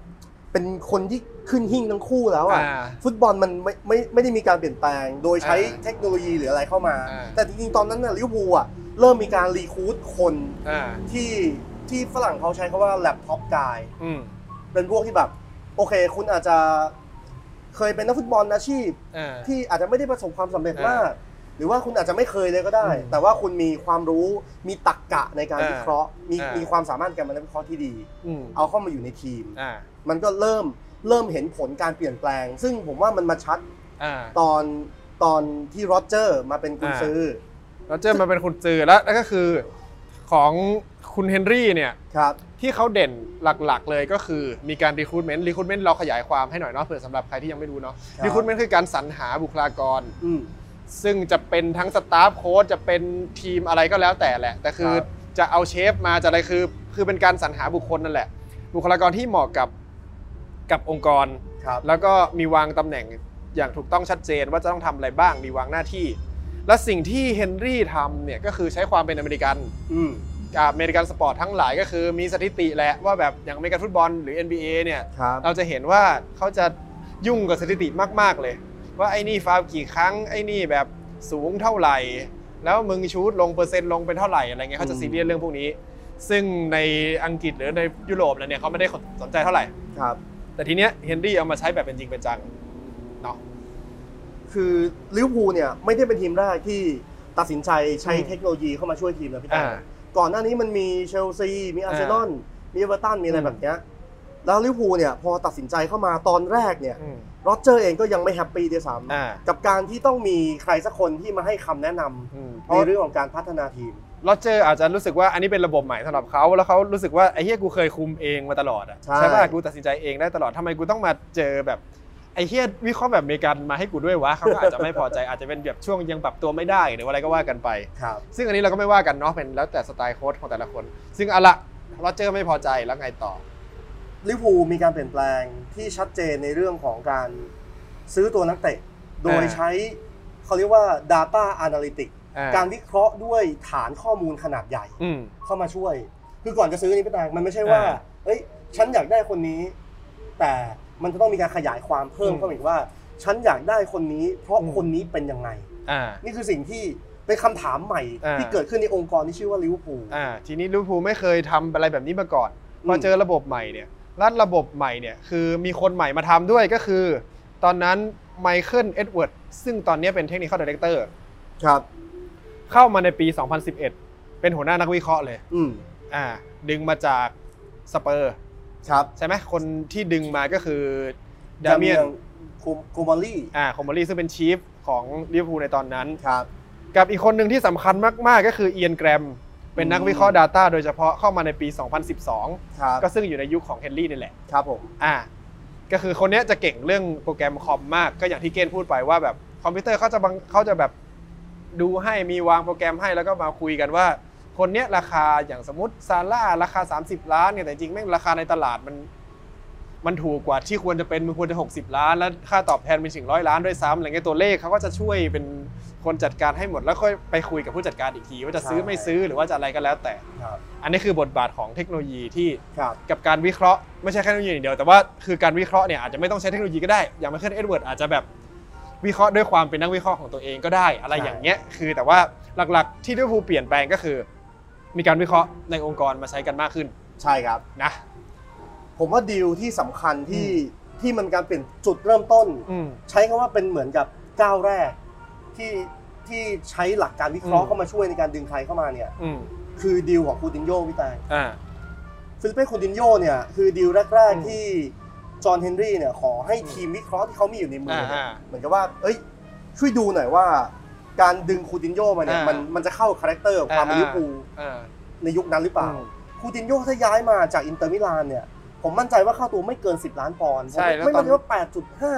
B: เป็นคนที่ขึ้นหิ่งทั้งคู่แล้วอ่ะ
A: อ่า
B: ฟุตบอลมันไม่ไม่ไม่ได้มีการเปลี่ยนแปลง โดยใช้
A: อ่า
B: เทคโนโลยีหรืออะไรเข้ามา
A: อ่า
B: แต่จริงๆตอนนั้นน่ะลิเวอร์พูลอ่ะเริ่มมีการรีคูดคน
A: อ่า
B: ที่ที่ฝรั่งเขาใช้คาว่าแล็ p ท็อปกาย
A: อืม
B: เป็นพวกที่แบบ โอเค คุณอาจจะเคยเป็นนักฟุตบอลอาชีพ
A: อ่า
B: ที่อาจจะไม่ได้ประสบความสำเร็จ
A: เออ
B: มาก หรือว่าคุณอาจจะไม่เคยเลยก็ได้
A: อืม
B: แต่ว่าคุณมีความรู้มีตรรกะในการ
A: เออ
B: วิเคราะห์ มี
A: เออ
B: มีความสามารถในการวิเคราะห์ที่ดี
A: อืม
B: เอาเข้ามาอยู่ในทีม
A: อ่า
B: มันก็เริ่มเริ่มเห็นผลการเปลี่ยนแปลง ซึ่งผมว่ามันมาชัด
A: อ่า
B: ตอนตอนที่โรเจอร์มาเป็นกุนซือ
A: แล้วเจอมาเป็นคุณจือแล้วแล้วก็คือของคุณเฮนรี่เนี่ย
B: ครับ
A: ที่เขาเด่นหลักๆ เลยก็คือมีการรีคูดเมนต์รีคูดเมนต์เราขยายความให้หน่อยเนาะเผื่อสำหรับใครที่ยังไม่รู้เนาะ
B: ครับ
A: รีคูดเมนต์คือการสรรหาบุคลากร
B: อืม
A: ซึ่งจะเป็นทั้งสตาฟโค้ชจะเป็นทีมอะไรก็แล้วแต่แหละ แต่คือ
B: ครับ
A: จะเอาเชฟมาจะอะไรคือ คือเป็นการสรรหาบุคคลนั่นแหละ บุคลากรที่เหมาะกับกับองค์กร
B: ครับ
A: แล้วก็มีวางตำแหน่งอย่างถูกต้องชัดเจนว่าจะต้องทำอะไรบ้างมีวางหน้าที่ และสิ่งที่เฮนรี่ทำเนี่ยก็คือใช้ความเป็นอเมริกัน
B: อืม
A: อ่าอเมริกันสปอร์ตทั้งหลายก็คือมีสถิติแหละว่าแบบอย่างอเมริกันฟุตบอลหรือ NBA เนี่ย
B: ครับ
A: เราจะเห็นว่าเขาจะยุ่งกับสถิติมาก ๆ เลย ว่าไอ้นี่ฟาวล์กี่ครั้งไอ้นี่แบบสูงเท่าไหร่ แล้วมึงชูตลงเปอร์เซ็นต์ลงเป็นเท่าไหร่อะไรเงี้ยเขาจะซีเรียสเรื่องพวกนี้ ซึ่งในอังกฤษหรือในยุโรปแล้วเนี่ยเขาไม่ได้สนใจเท่าไหร่
B: ครับ
A: แต่ทีเนี้ยเฮนรี่เอามาใช้แบบเป็นจริงเป็นจังเนาะ
B: คือลิเวอร์พูลเนี่ยไม่ได้เป็นทีมแรกที่ตัดสินใจใช้
A: อืม
B: เทคโนโลยีเข้ามาช่วยทีมนะพี่แตา
A: อ่า
B: ก่อนหน้านี้มันมีเชลซี มีอาร์เซนอล มีเอเวอร์ตัน มีอะไร
A: อืม
B: แบบเนี้ยแล้วลิเวอร์พูลเนี่ยพอตัดสินใจเข้ามาตอนแรกเนี่ย
A: อืม
B: โรเจอร์เองก็ยังไม่แฮปปี้ด้วยซ้
A: อ่า
B: ำกับการที่ต้องมีใครสักคนที่มาให้คำแนะนำ
A: อืมเพ
B: ใน
A: ราะ
B: เรื่องของการพัฒนาทีม
A: โรเจอร์อาจจะรู้สึกว่าอันนี้เป็นระบบใหม่สำหรับเขาแล้วเขารู้สึกว่าไอ้เฮียกูเคยคุมเองมาตลอดอ่ะ
B: ใช่
A: ป่ะกูตัดสินใจเองได้ตลอดทำไมกูต้องมาเจอแบบไอ้เฮียวิเคราะห์แบบอเมริกันมาให้กูด้วยวะเขาก็อาจจะไม่พอใจอาจจะเป็นแบบช่วงยังปรับตัวไม่ได้หรืออะไรก็ว่ากันไป
B: ครับ
A: ซึ่งอันนี้เราก็ไม่ว่ากันเนาะเป็นแล้วแต่สไตล์โค้ชของแต่ละคน ซึ่งเอาละโรเจอร์ไม่พอใจแล้วไงต่อ
B: ลิเวอร์พูลมีการเปลี่ยนแปลงที่ชัดเจนในเรื่องของการซื้อตัวนักเตะ โดย
A: อ่า
B: ใช้เขาเรียกว่า Data Analytics
A: อ่
B: การวิเคราะห์ด้วยฐานข้อมูลขนาดใหญ่
A: อืม
B: เข้ามาช่วย คือก่อนจะซื้อนี่พี่แตงมันไม่ใช่ว่า
A: อ่า
B: เอ้ย ฉันอยากได้คนนี้ แต่มันจะต้องมีการขยายความเพิ่ม
A: อืม
B: เข้าไปอีกว่า ฉันอยากได้คนนี้ เพราะ
A: อืม
B: คนนี้เป็นยังไง
A: อ่า
B: นี่คือสิ่งที่เป็นคำถามใหม่
A: อ่า
B: ที่เกิดขึ้นในองค์กรที่ชื่อว่าลิเวอร์พูล
A: อ่าทีนี้ลิเวอร์พูลไม่เคยทำอะไรแบบนี้มาก่อน
B: อืม
A: พอเจอระบบใหม่เนี่ยรัฐระบบใหม่เนี่ยคือมีคนใหม่มาทำด้วยก็คือ ตอนนั้นไมเคิลเอ็ดเวิร์ดซึ่งตอนนี้เป็นเทคนิคอลดีเลกเตอร์
B: ครับ
A: เข้ามาในปี 2011 เป็นหัวหน้านักวิเคราะห์เลย
B: อืม
A: อ่าดึงมาจากสเปอร์
B: ครับ
A: ใช่ไหมคนที่ดึงมาก็คือดา
B: ดา
A: เมี
B: เมี
A: ย
B: ย
A: น
B: นคูมอลี่
A: อ่าคอมเบอรี่ซึ่งเป็นชีฟของลิเวอร์พูลในตอนนั้น
B: ครับ
A: กับอีกคนหนึ่งที่สำคัญมากๆ ก็คือเอียนแกรม เป็นนักวิเคราะห์ Data โดยเฉพาะเข้ามาในปี 2012
B: ครับ
A: ก็ซึ่งอยู่ในยุคของเฮนรี่นี่แหละ
B: ครับผม
A: อ่า ก็คือคนเนี้ยจะเก่งเรื่องโปรแกรมคอมมาก ก็อย่างที่เกณฑ์พูดไปว่าแบบคอมพิวเตอร์เขาจะบังเขาจะแบบดูให้มีวางโปรแกรมให้แล้วก็มาคุยกันว่า คนเนี้ยราคาอย่างสมมติซาร่าราคา 30 ล้านเนี่ยแต่จริงแม่งราคาในตลาดมัน มันถูกกว่าที่ควรจะเป็นมันควรจะ 60 ล้าน แล้วค่าตอบแทนเป็นถึงร้อยล้านด้วยซ้ำอะไรเงี้ยตัวเลขเขาก็จะช่วยเป็นคนจัดการให้หมดแล้วค่อยไปคุยกับผู้จัดการอีกที ว่าจะซื้อไม่ซื้อหรือว่าจะอะไรก็แล้วแต่
B: ครับ
A: อันนี้คือบทบาทของเทคโนโลยีที่
B: ครับ
A: กับการวิเคราะห์ไม่ใช่แค่เทคโนโลยีอย่างเดียวแต่ว่าคือการวิเคราะห์เนี่ยอาจจะไม่ต้องใช้เทคโนโลยีก็ได้อย่างไมเคิลเอ็ดเวิร์ดอาจจะแบบวิเคราะห์ด้วยความเป็นนักวิเคราะห์ของตัวเองก็ได้ อะไรอย่างเงี้ยคือแต่ว่าหลักๆที่ลิเวอร์พูลเปลี่ยนแปลงก็คือ มีการวิเคราะห์ในองค์กรมาใช้กันมากขึ้น
B: ใช่ครับ
A: นะ
B: ผมว่าดีลที่สำคัญที่
A: อื
B: ที่มันการเปลี่ยนจุดเริ่มต้น
A: อืม
B: ใช้คำว่าเป็นเหมือนกับก้าวแรกที่ที่ใช้หลักการวิเคราะ
A: อื
B: ห์
A: ม
B: เข้ามาช่วยในการดึงใครเข้ามาเนี่ย
A: อืม
B: คือดีลของคูตินโยพี่แตง
A: อ่า
B: ฟิลิปเป้คูตินโยเนี่ยคือดีลแรก
A: อืม
B: ๆที่จอห์นเฮนรี่เนี่ยขอให้ทีมวิเคราะห์ที่เขามีอยู่ในมือเนี่ย
A: อ่าๆ
B: เหมือนกับว่า เอ้ย ช่วยดูหน่อยว่า การดึงคูตินโยมาเนี่ย
A: อ่ามั
B: มันมันจะเข้าคาแรคเตอร์ของความเป็นลิ
A: อ่าๆ
B: เวอร์พูล
A: อ่า
B: ในยุคนั้นหรือเปล่า
A: อืม
B: คูตินโยถ้าย้ายมาจากอินเตอร์มิลานเนี่ยผมมั่นใจว่าค่าตัวไม่เกิน 10 ล้านปอนด์ผม
A: ใช่แล้ว
B: ไม่
A: ตอน
B: มั่นใจว่า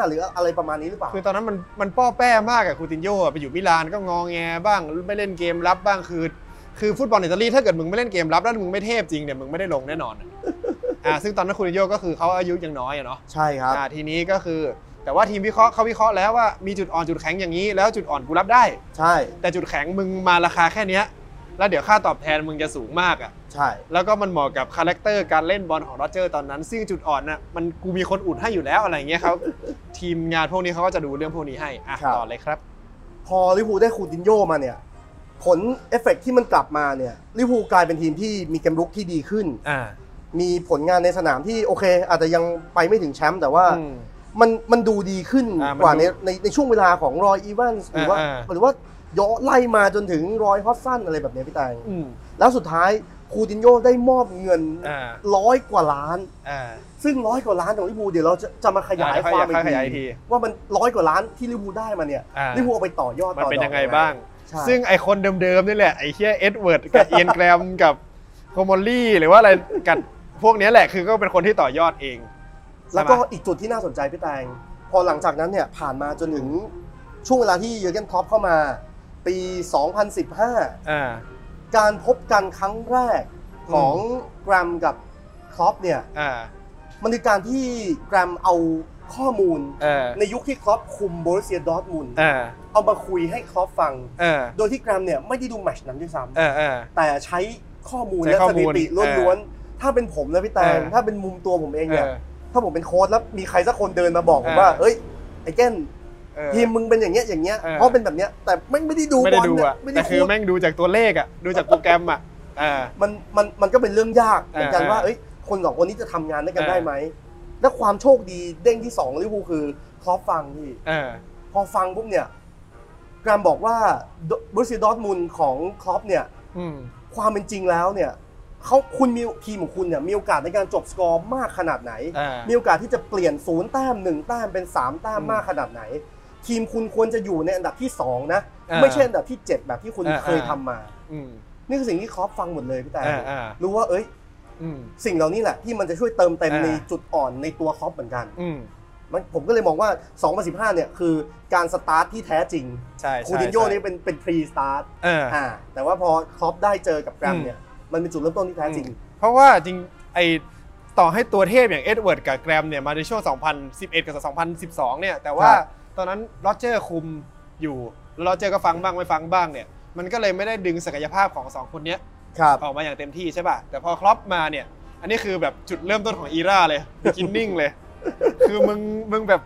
B: 8.5 หรืออะไรประมาณนี้หรือเปล่า
A: คือตอนนั้นมันมันป้อแป้มากอะคูตินโยอะไปอยู่มิลานก็งองแงบ้างไม่เล่นเกมรับบ้างคือคือฟุตบอลอิตาลีถ้าเกิดมึงไม่เล่นเกมรับแล้วมึงไม่เทพจริงเนี่ยมึงไม่ได้ลงแน่นอนอะ อ่าซึ่งตอนนั้นคูตินโยก็คือเขาอายุยังน้อยอะเนาะ
B: ใช่ครับ
A: อ่าทีนี้ก็คือแต่ว่าทีมวิเคราะห์เขาวิเคราะห์แล้วว่ามีจุดอ่อนจุดแข็งอย่างนี้ แล้วจุดอ่อนกูรับได้
B: ใช่
A: แต่จุดแข็งมึงมาราคาแค่เนี้ยแล้วเดี๋ยวค่าตอบแทนมึงจะสูงมากอ่ะ
B: ใช่
A: แล้วก็มันเหมาะกับคาแรคเตอร์การเล่นบอลของโรเจอร์ตอนนั้น ซึ่งจุดอ่อนน่ะมันกูมีคนอุดให้อยู่แล้วอะไรอย่างเงี้ยครับ ทีมงานพวกนี้เขาก็จะดูเรื่องพวกนี้ให้อ่ะต่อเลยครับ
B: พอลิเวอร์พูลได้คูตินโยมาเนี่ย ผลเอฟเฟกต์ที่มันกลับมาเนี่ยลิเวอร์พูลกลายเป็นทีมที่มีเกมรุกที่ดีขึ้น
A: อ่า
B: มีผลงานในสนามที่โอเค อาจจะยังไปไม่ถึงแชมป์แต่ว่า
A: อืม
B: มันมันดูดีขึ้น
A: อ่ามัน
B: กว่า
A: ดู
B: ในในในช่วงเวลาของรอยอีวานหรือว่า
A: อ่าอ่า
B: หรือว่าย้อนไล่มาจนถึงรอยฮอตสันอะไรแบบเนี้ยพี่แตง
A: อืม
B: แล้วสุดท้ายคูตินโยได้มอบเงิน
A: อ่า
B: ร้อยกว่าล้าน
A: อ่า
B: ซึ่งร้อยกว่าล้านของลิเวอร์พูลเดี๋ยวเราจะจะมาขยาย
A: อ่าเดี๋ยวค่อยว
B: คาม
A: ค่อยขยายอีกที
B: ว่ามันร้อยกว่าล้านที่ลิเวอร์พูลได้มาเนี่ย
A: อ่า
B: ลิเวอร์พูลเอาไปต่อยอด
A: มัน
B: ต่อ
A: เป็น
B: ดอก
A: ยังไงบ้าง
B: ใช่
A: ซึ่งไอคนเดิมๆนี่แหละไอเฮียเอ็ดเวิร์ดกับเอียนแกรมกับโคมอลลี่หรือว่าอะไรกับพวกเนี้ยแหละคือก็เป็นคนที่ต่อยอดเอง
B: แล้วก็
A: ใช่ไหม
B: อีกจุดที่น่าสนใจพี่แตง พอหลังจากนั้นเนี่ยผ่านมาจนถึงช่วงเวลาที่เยอร์เกนท็อปเข้ามา ปี 2015
A: อ่า
B: การพบกันครั้งแรกของแกรมกับครอปเนี่ย
A: อ่า
B: มันคือการที่แกรมเอาข้อมูล
A: เออ
B: ในยุคที่ครอปคุมโบรุเซียดอร์ทมุนด์
A: เออ
B: เอามาคุยให้ครอปฟัง
A: เออ
B: โดยที่แกรมเนี่ยไม่ได้ดูแมตชนั้นด้วยซ้ำ
A: เออเออ
B: แต่ใช้ข้อมูล
A: ใช้
B: และ
A: ข้อ
B: ส
A: มู
B: ถิ
A: ล
B: ติล้วนๆ ถ้าเป็นผมนะพี่แตง
A: เออ
B: ถ้าเป็นมุมตัวผมเอง
A: เอ
B: เนี่ย
A: อ
B: ถ้าผมเป็นโค้ชแล้วมีใครสักคนเดินมาบอกผม
A: เออ
B: ว่า เอ้ย ไอ้เก้น
A: เออ
B: ทีมมึงเป็นอย่างเงี้ยอย่างเงี้ย
A: เออ
B: เพราะเป็นแบบเนี้ย แต่แม่งไม่ได้ดู
A: ไม่
B: บ
A: ได้
B: อล
A: ดู
B: เนี่ย
A: อ่ะ
B: ไม่ได้
A: แต่คือ
B: พูด
A: แม่งดูจากตัวเลขอ่ะ ดูจากโปรแกรมอ่ะเออ
B: มันมันมันก็เป็นเรื่องยากเหมือนกัน
A: เออเออ
B: ว่า เอ้ย คนสองคนนี้จะทำงานด้วยกัน
A: เออ
B: ได้ไหม และความโชคดีเด้งที่สองของลิเวอร์พูลคือครอปฟังพี่
A: เออ
B: พอฟังปุ๊บเนี่ยแกรามบอกว่าบรูซิดอร์ทมุนของครอปเนี่ย
A: อืม
B: ความเป็นจริงแล้วเนี่ยเขาคุณมีทีมของคุณเนี่ยมีโอกาสในการจบสกอร์มากขนาดไหน
A: อ่า
B: มีโอกาสที่จะเปลี่ยนศูนย์แต้มหนึ่งแต้มเป็น 3 แต้ม
A: อืม
B: มากขนาดไหน ทีมคุณควรจะอยู่ในอันดับที่ 2 นะ
A: อ่า
B: ไม่ใช่อันดับที่ 7 แบบที่คุณ
A: อ่า
B: เคยทำมา
A: อืม
B: นี่คือสิ่งที่ครอปฟังหมดเลยพี่แต่
A: อ่าอ่า
B: รู้ว่าเอ้ย
A: อืม
B: สิ่งเหล่านี้แหละที่มันจะช่วยเติมเต็ม
A: อ่า
B: ในจุดอ่อนในตัวครอปเหมือนกัน
A: อืม
B: มันผมก็เลยมองว่า 2015 เนี่ยคือการสตาร์ทที่แท้จริง
A: ใช่ใช่
B: คูตินโย
A: ใช่
B: นี่เป็นเป็นพรีสตาร์ท
A: เออ
B: อ่าแต่ว่าพอครอปได้เจอกับแกรมเนี่ยมันเป็นจุดเริ่มต้นที่แท้จริง
A: อืม เพราะว่าจริงไอต่อให้ตัวเทพอย่างเอ็ดเวิร์ดกับแกรมเนี่ยมาในช่วง 2011 กับ 2012 เนี่ย แต่ว่า
B: ครับ
A: ตอนนั้นโรเจอร์คุมอยู่ แล้วโรเจอร์ก็ฟังบ้างไม่ฟังบ้างเนี่ย มันก็เลยไม่ได้ดึงศักยภาพของสองคนเนี้ย
B: ครับ
A: ออกมาอย่างเต็มที่ใช่ป่ะ แต่พอครอปมาเนี่ย อันนี้คือแบบจุดเริ่มต้นของอีราเลย beginning เลย คือมึงมึงแบบ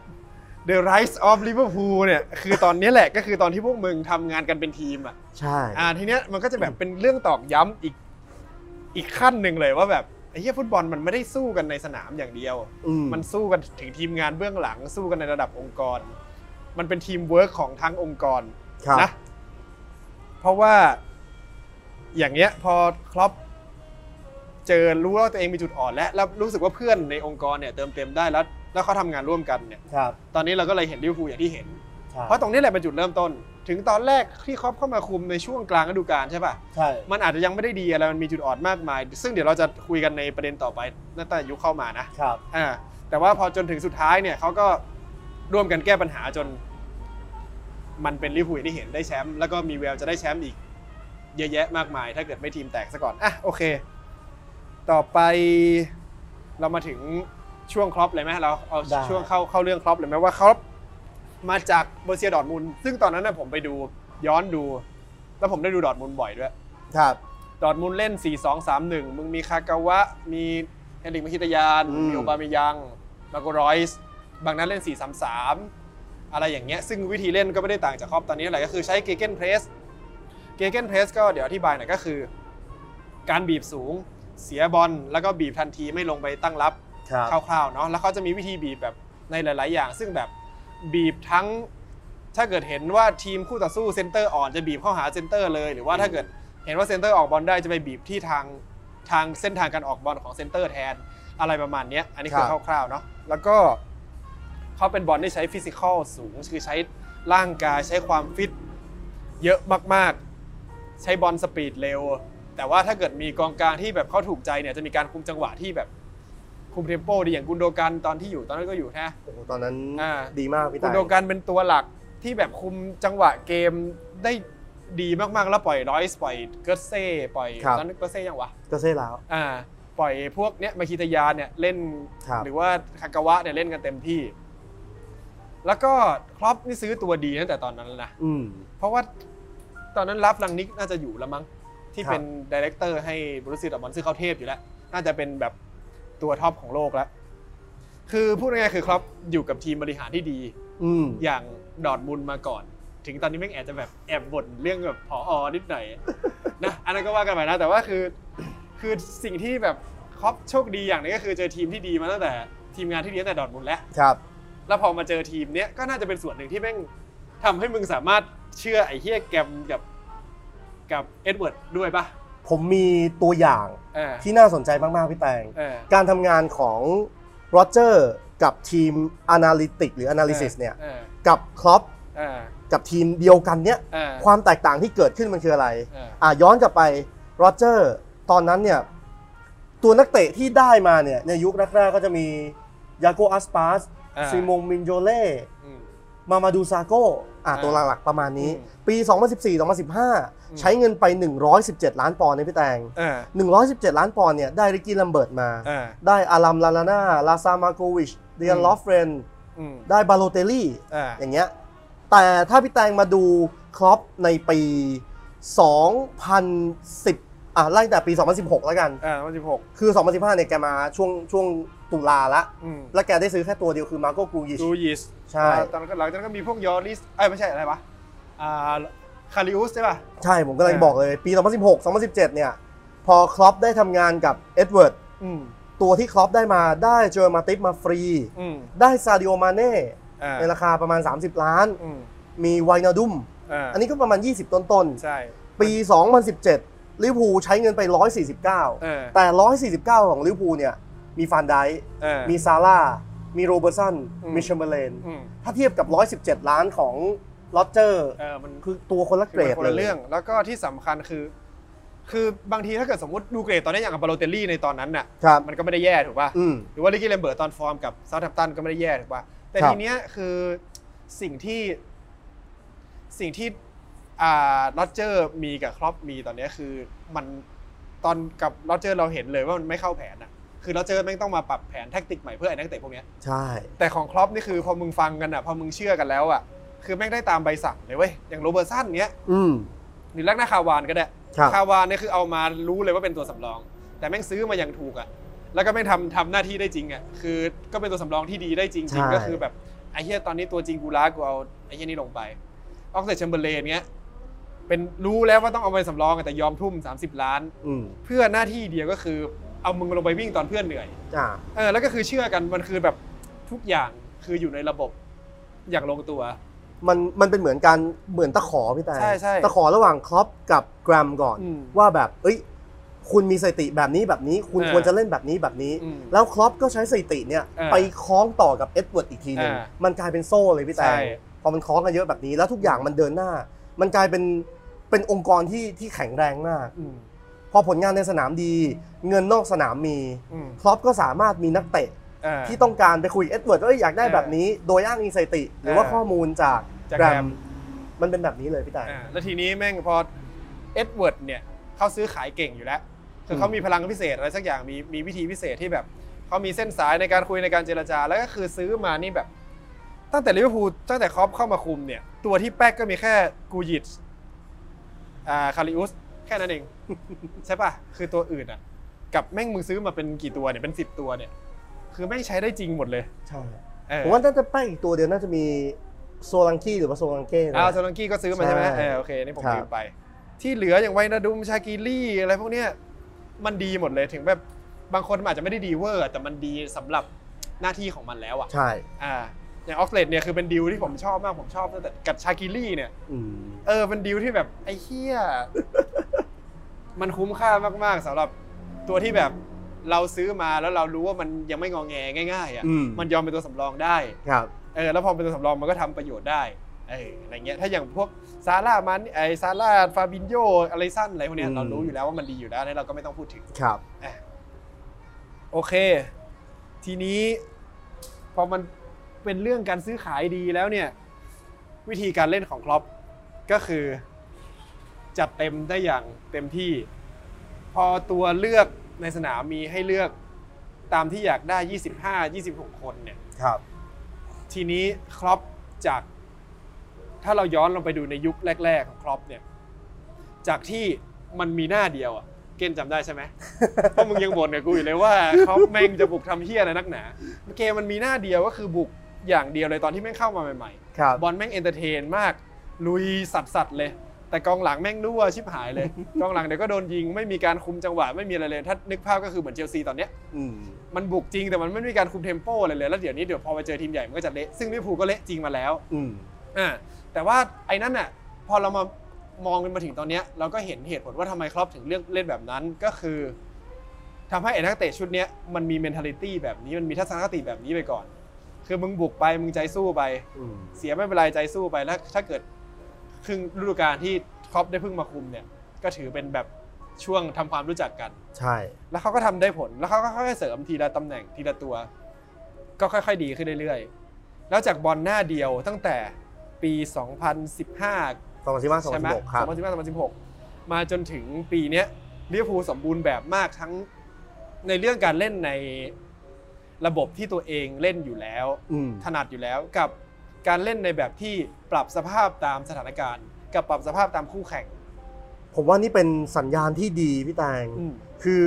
A: the rise of Liverpool เนี่ย คือตอนเนี้ยแหละก็คือตอนที่พวกมึงทำงานกันเป็นทีมอ่ะ
B: ใช่
A: อ่าทีเนี้ยมันก็จะแบบเป็นเรื่องตอกย้ำอีกอีกขั้นหนึ่งเลยว่าแบบไอ้เหี้ยฟุตบอลมันไม่ได้สู้กันในสนามอย่างเดียว มันสู้กันถึงทีมงานเบื้องหลังสู้กันในระดับองค์กร มันเป็นทีมเวิร์กของทั้งองค์กร
B: ครับ
A: นะเพราะว่าอย่างเงี้ยพอครอปเจอรู้ว่าตัวเองมีจุดอ่อนแล้วแล้วรู้สึกว่าเพื่อนในองค์กรเนี่ยเติมเต็มได้แล้ว แล้วเขาทำงานร่วมกันเนี่ย
B: ครับ
A: ตอนนี้เราก็เลยเห็นลิเวอร์พูลอย่างที่เห็น
B: ใช่
A: เพราะตรงนี้แหละเป็นจุดเริ่มต้น ถึงตอนแรกที่ครอปเข้ามาคุมในช่วงกลางฤดูกาลใช่ป่ะ
B: ใช่
A: มันอาจจะยังไม่ได้ดีอะไร มันมีจุดอ่อนมากมาย ซึ่งเดี๋ยวเราจะคุยกันในประเด็นต่อไปนั่นแต่ยุคเข้ามานะ
B: ครับ
A: อ่า แต่ว่าพอจนถึงสุดท้ายเนี่ยเขาก็ร่วมกันแก้ปัญหาจน มันเป็นลิเวอร์พูลที่เห็นได้แชมป์ แล้วก็มีแววจะได้แชมป์อีก เยอะแยะมากมาย ถ้าเกิดไม่ทีมแตกซะก่อน อ่ะโอเค ต่อไปเรามาถึงช่วงครอปเลยไหมเราเอา
B: ได้
A: ช่วงเข้าเข้าเรื่องครอปเลยไหมว่าครอปมาจากเบอร์เซียดอร์ทมุนด์ซึ่งตอนนั้นนะผมไปดูย้อนดู แล้วผมได้ดูดอร์ทมุนด์บ่อยด้วย
B: ครับ
A: ดอร์ทมุนด์เล่น 4 2 3 1 มึงมีคากาวะ มีเฮนริกมาคิตยาน
B: อืม
A: มีโอบาเมยัง แล้วก็รอยส์ บางนั้นเล่น 4 3 3 อะไรอย่างเงี้ย ซึ่งวิธีเล่นก็ไม่ได้ต่างจากครอบตอนนี้อะไรก็คือใช้เกเกนเพรส เกเกนเพรสก็เดี๋ยวอธิบายหน่อยก็คือ การบีบสูง เสียบอล แล้วก็บีบทันทีไม่ลงไปตั้งรับ
B: ครับ
A: คร่าวๆเนาะแล้วเขาจะมีวิธีบีบแบบในหลาย ๆ อย่าง ซึ่งแบบบีบทั้ง ถ้าเกิดเห็นว่าทีมคู่ต่อสู้เซนเตอร์อ่อนจะบีบเข้าหาเซนเตอร์เลย หรือว่าถ้าเกิดเห็นว่าเซนเตอร์ออกบอลได้จะไปบีบที่ทางทางเส้นทางการออกบอลของเซนเตอร์แทนอะไรประมาณเนี้ยอันนี้คือ
B: ครับ
A: คร่าว ๆ เนาะแล้วก็เขาเป็นบอลที่ใช้ฟิสิกอลสูงคือใช้ร่างกายใช้ความฟิตเยอะมาก ๆ ใช้บอลสปีดเร็ว แต่ว่าถ้าเกิดมีกองกลางที่แบบเขาถูกใจเนี่ยจะมีการคุมจังหวะที่แบบ คุมเทมโปดีอย่างกุนโดกันตอนที่อยู่ตอนนั้นก็อยู่นะ
B: โอ้โหตอนนั้น
A: อ่า
B: ดีมากพี่
A: กุ
B: ตาน ย
A: โดกันเป็นตัวหลักที่แบบคุมจังหวะเกมได้ดีมากๆแล้วปล่อยร้อยส์ปล่อยเกิร์ตเซ่ปล่อยตอนนั้นเกิร์ตเซ่ยังวะ
B: ก็เซ่แล้ว
A: อ่าปล่อยพวกเนี้ยมาคิตยานเนี่ยเล่น
B: ครับ
A: หรือว่าคากาวะเนี่ยเล่นกันเต็มที่ แล้วก็ครอปนี่ซื้อตัวดีตั้งแต่ตอนนั้นแล้วนะ
B: อืม
A: เพราะว่าตอนนั้นรับลังนิกน่าจะอยู่แล้วมั้งที่
B: ครับ
A: เป็นดีเลกเตอร์ให้บรูซิดอร์ทมอนด์ซึ่งเขาเทพอยู่แล้ว น่าจะเป็นแบบตัวท็อปของโลกแล้ว คือพูดง่ายๆคือครับอยู่กับทีมบริหารที่ดี
B: อืม
A: อย่างดอร์ทมุนด์มาก่อน ถึงตอนนี้แม่งแอบจะแบบแอบบ่นเรื่องแบบผออนิดหน่อย นะอันนั้นก็ว่ากันไปนะแต่ว่าคือ คือสิ่งที่แบบครอปโชคดีอย่างหนึงก็คือเจอทีมที่ดีมาตั้งแต่ทีมงานที่ดีตั้งแต่ดอร์ทมุนด์แล้ว
B: ครับ
A: แล้วพอมาเจอทีมเนี้ยก็น่าจะเป็นส่วนหนึ่งที่แม่งทำให้มึงสามารถเชื่อไอ้เฮียแกรมกับกับเอ็ดเวิร์ดด้วยปะ
B: ผมมีตัวอย่าง
A: เออ
B: ที่น่าสนใจมากๆพี่แตง
A: เออ
B: การทำงานของโรเจอร์กับทีม Analytic หรือ Analysis เนี่ย
A: เออ
B: กับครอป
A: เออ
B: กับทีมเดียวกันเนี่ย
A: เออ
B: ความแตกต่างที่เกิดขึ้นมันคืออะไร
A: เออ
B: อ่ะย้อนกลับไปโรเจอร์ตอนนั้นเนี่ย ตัวนักเตะที่ได้มาเนี่ย ในยุคแรกๆก็จะมียาโกอัสปาส
A: เออ
B: ซิมงมินโยเล่
A: อืม
B: มามาดูซาโก้อ่ะ
A: อ่า
B: ตัวหลักๆประมาณนี้
A: อืม
B: ปี
A: ม
B: 2014-2015 ใช้เงินไป 117 ล้านปอนด์นะพี่แตง
A: เออ
B: 117 ล้านปอนด์เนี่ย ได้ริกกี้ลัมเบิร์ตมา
A: เออ
B: ได้อารัมลาลาน่าลาซามาโกวิชเดียนลอฟเรน
A: อืม
B: ได้บาโลเตลลี่
A: เออ
B: อย่างเงี้ย แต่ถ้าพี่แตงมาดูครอปในปี 2010 อ่ะไล่แต่ปี 2016 แล้วกัน
A: เออวันที่หก
B: คือ 2015 เนี่ยแกมาช่วงช่วงตุลาละ
A: อืม
B: แล้วแกได้ซื้อแค่ตัวเดียวคือมาโกกรูยิช
A: ดูยิส
B: ใช่
A: ตอนนั้นก็หลังจากนั้นก็มีพวกยอริสเอ้ยไม่ใช่อะไรวะอ่าคาริอุสใช่ป่ะ
B: ใช่ผมก็เลย
A: อ่า
B: บอกเลยปี 2016 2017 เนี่ย พอครอปได้ทำงานกับเอ็ดเวิร์ด
A: อืม
B: ตัวที่ครอปได้มาได้เจอมาติฟมาฟรี
A: อืม
B: ได้ซาดิโอมาเน่
A: เออ
B: ในราคาประมาณ 30 ล้าน
A: อืม
B: มีไวนาดุม
A: เออ
B: อั
A: อั
B: นนี้ก็ประมาณ 20 ต้น
A: ใช่
B: ๆ ปี 2017 ลิเวอร์พูลใช้เงินไป
A: เออ
B: 149 แต่ 149 ของลิเวอร์พูลเนี่ย มีฟานไดค์
A: เออ
B: มีซาร่าห์มีโรเบอร์ตสัน
A: อืม
B: มีเชมเบอร์เลน
A: อืม
B: ถ้าเทียบกับ 117 ล้านของลอตเจอร์
A: เออมัน
B: คือตัวคนละเก
A: คือ
B: ร
A: มันคน
B: ดเล
A: ละ
B: ย
A: เรื่องแล้วก็ที่สำคัญคือ คือบางทีถ้าเกิดสมมติดูเกรดตอนนี้อย่างกับบาโลเตลลี่ในตอนนั้นน่ะ
B: ครับ
A: มันก็ไม่ได้แย่ถูกป่ะ
B: อืม
A: หรือว่าลิกกี้เลมเบิร์ตตอนฟอร์มกับเซาท์แฮมป์ตันก็ไม่ได้แย่ถูกป่ะแต่
B: ครับ
A: ทีเนี้ยคือสิ่งที่สิ่งที่อ่าโรเจอร์มีกับครอปมีตอนเนี้ยคือมันตอนกับโรเจอร์เราเห็นเลยว่ามันไม่เข้าแผนอ่ะคือโรเจอร์แม่งต้องมาปรับแผนแทคติกใหม่เพื่อไอ้นักเตะพวกเนี้ย
B: ใช่
A: แต่ของครอปนี่คือพอมึงฟังกันอ่ะพอมึงเชื่อกันแล้วอ่ะคือแม่งได้ตามใบสั่งเลยเว้ยอย่างโรเบิร์ตสันเนี้ย
B: อืม
A: หรือแรกหน้าคาวานก็ได้
B: ครับ
A: คาวานเนี่ยคือเอามารู้เลยว่าเป็นตัวสำรอง แต่แม่งซื้อมาอย่างถูกอ่ะ แล้วก็แม่งทำทำหน้าที่ได้จริงอ่ะ คือก็เป็นตัวสำรองที่ดีได้จริง
B: ใช่
A: จริงก็คือแบบไอ้เหี้ยตอนนี้ตัวจริงกูล้ากูเอาไอ้เหี้ยนี่ลงไป ออกเซตแชมเบอร์เลนเนี้ยเป็นรู้แล้วว่าต้องเอาไปสำรองอะแต่ยอมทุ่ม 30 ล้าน
B: อืม
A: เพื่อหน้าที่เดียวก็คือเอามึงลงไปวิ่งตอนเพื่อนเหนื่อย
B: อ่า
A: เออแล้วก็คือเชื่อกันมันคือแบบทุกอย่างคืออยู่ในระบบอย่างลงตัว
B: มันมันเป็นเหมือนการเหมือนตะขอพี่แต่
A: ใช่ใช่
B: ตะขอระหว่างครอปกับแกรมก่อน
A: อืม
B: ว่าแบบ เอ้ย คุณมีสถิติแบบนี้แบบนี้ คุณ
A: อ่า
B: ควรจะเล่นแบบนี้แบบนี้
A: อืม
B: แล้วครอปก็ใช้สถิติเนี่ย
A: อ่า
B: ไปคล้องต่อกับเอ็ดเวิร์ดอีกทีหนึง
A: อ่ามั
B: มันกลายเป็นโซ่เลยพี่แต่
A: ใช่
B: พอมันคล้องกันเยอะแบบนี้ แล้วทุกอย่างมันเดินหน้า มันกลายเป็นเป็นองค์กรที่ที่แข็งแรงมาก
A: อืม
B: พอผลงานในสนามดี เงินนอกสนามมี
A: อืม
B: ครอปก็สามารถมีนักเตะ
A: อ่า
B: ที่ต้องการไปคุยกับเอ็ดเวิร์ดว่าเอ้ยอยากได้แบบนี้ โดยอ้างอิงสถิติ หรือว่า
A: เออ
B: ข้อมูลจาก
A: จาก
B: แกร
A: แกร
B: ม
A: ม
B: มันเป็นแบบนี้เลยพี่ตาย
A: อ่าแล้วทีนี้แม่งพอเอ็ดเวิร์ดเนี่ยเขาซื้อขายเก่งอยู่แล้ว คือเขามีพลังพิเศษอะไรสักอย่างมีมีวิธีพิเศษที่แบบเขามีเส้นสายในการคุยในการเจรจาแล้วก็คือซื้อมานี่แบบ ตั้งแต่ลิเวอร์พูลตั้งแต่ครอปเข้ามาคุมเนี่ย ตัวที่แป๊กก็มีแค่กูยิตอ่าคาริอุสแค่นั้น เอง ใช่ป่ะ คือตัวอื่นอ่ะ กับแม่งมึงซื้อมาเป็นกี่ตัวเนี่ยเป็นสิบตัวเนี่ย คือแม่งใช้ได้จริงหมดเลย
B: ใช่
A: เออ
B: ผมว่าน่าจะไปอีกตัวเดียวน่าจะมีโซลังกี้หรือว่าโซลังเก้นะ
A: อาโซลังกี้ก็ซื้อมาใช่ไหม
B: ใช่
A: เออโอเคนี่ผม
B: ครับ
A: ลืมไป ที่เหลืออย่างไวนาดุมชากิลี่อะไรพวกเนี้ยมันดีหมดเลยถึงแบบบางคนมันอาจจะไม่ได้ดีเวอร์ แต่มันดีสำหรับหน้าที่ของมันแล้วอ่ะ
B: ใช่
A: อ่าอย่างออกเลดเนี่ยคือเป็นดีลที่ผมชอบมากผมชอบตั้งแต่กับชากิลี่เนี่ย
B: อืม
A: เออเป็นดีลที่แบบไอ้เฮีย มันคุ้มค่ามากๆสำหรับตัวที่แบบเราซื้อมาแล้วเรารู้ว่ามันยังไม่งองแงง่ายๆอ่ะ
B: อืม
A: มันยอมเป็นตัวสำรองได้
B: ครับ
A: เออแล้วพอเป็นตัวสำรองมันก็ทำประโยชน์ได้เอออะไรเงี้ยถ้าอย่างพวกซาร่ามันไอซาร่าฟาบินโยอะไรสั้นอะไรพวกเนี้ย
B: อืม
A: เรารู้อยู่แล้วว่ามันดีอยู่แล้วอันนี่เราก็ไม่ต้องพูดถึง
B: ครับ
A: โอเค ทีนี้พอมันเป็นเรื่องการซื้อขายดีแล้วเนี่ย วิธีการเล่นของครอปก็คือ จัดเต็มได้อย่างเต็มที่ พอตัวเลือกในสนามมีให้เลือกตามที่อยากได้ 25 26 คนเนี่ย
B: ครับ
A: ทีนี้ครอปจาก ถ้าเราย้อนลงไปดูในยุคแรก ๆ ของครอปเนี่ย จากที่มันมีหน้าเดียวอะเกณฑ์จำได้ใช่ไหม เพราะมึงยังบ่นกับกูอยู่เลยว่า ครอปแม่งจะบุกทำเฮี้ยอะไรนักหนาเกมมันมีหน้าเดียวก็คือบุกอย่างเดียวเลยตอนที่แม่งเข้ามาใหม่
B: ครับ
A: ๆบอลแม่งเอนเตอร์เทนมาก ลุยสัตว์สัตว์ๆเลย แต่กองหลังแม่งรั่วชิบหายเลย กองหลังเดี๋ยวก็โดนยิงไม่มีการคุมจังหวะไม่มีอะไรเลยถ้านึกภาพก็คือเหมือนเชลซีตอนเนี้ย
B: อืม
A: มันบุกจริงแต่มันไม่มีการคุมเทมโปอะไรเลย แล้วเดี๋ยวนี้เดี๋ยวพอไปเจอทีมใหญ่มันก็จะเละ ซึ่งลิเวอร์พูลก็เละจริงมาแล้ว
B: อืม
A: อ่าแต่ว่าไอ้นั่นน่ะพอเรามามองกันมาถึงตอนเนี้ยเราก็เห็นเหตุผลว่าทำไมครอปถึงเลือกเล่นแบบนั้นก็คือทำให้ไอ้นักเตะชุดเนี้ยมันมี mentality แบบนี้มันมีทัศนคติแบบนี้ไปก่อน คือมึงบุกไปมึงใจสู้ไป
B: อืม
A: เสียไม่เป็นไรใจสู้ไปแล้วถ้าเกิดครึ่งฤดูกาลที่ครอปได้เพิ่งมาคุมเนี่ยก็ถือเป็นแบบช่วงทำความรู้จักกัน
B: ใช่
A: แล้วเขาก็ทำได้ผล แล้วเขาก็ค่อยๆเสริมทีละตำแหน่งทีละตัว ก็ค่อยๆดีขึ้นเรื่อยๆ แล้วจากบอลหน้าเดียวตั้งแต่ปี 2015
B: สองพันสิบห้าสองพั
A: ใช่
B: น
A: ไหม
B: สิบหกครับ
A: 2015 2016 มาจนถึงปีเนี้ยลิเวอร์พูลสมบูรณ์แบบมากทั้งในเรื่องการเล่นในระบบที่ตัวเองเล่นอยู่แล้ว
B: อืม
A: ถนัดอยู่แล้วกับการเล่นในแบบที่ปรับสภาพตามสถานการณ์ กับปรับสภาพตามคู่แข่ง
B: ผมว่านี่เป็นสัญญาณที่ดีพี่แตง
A: อืม
B: คือ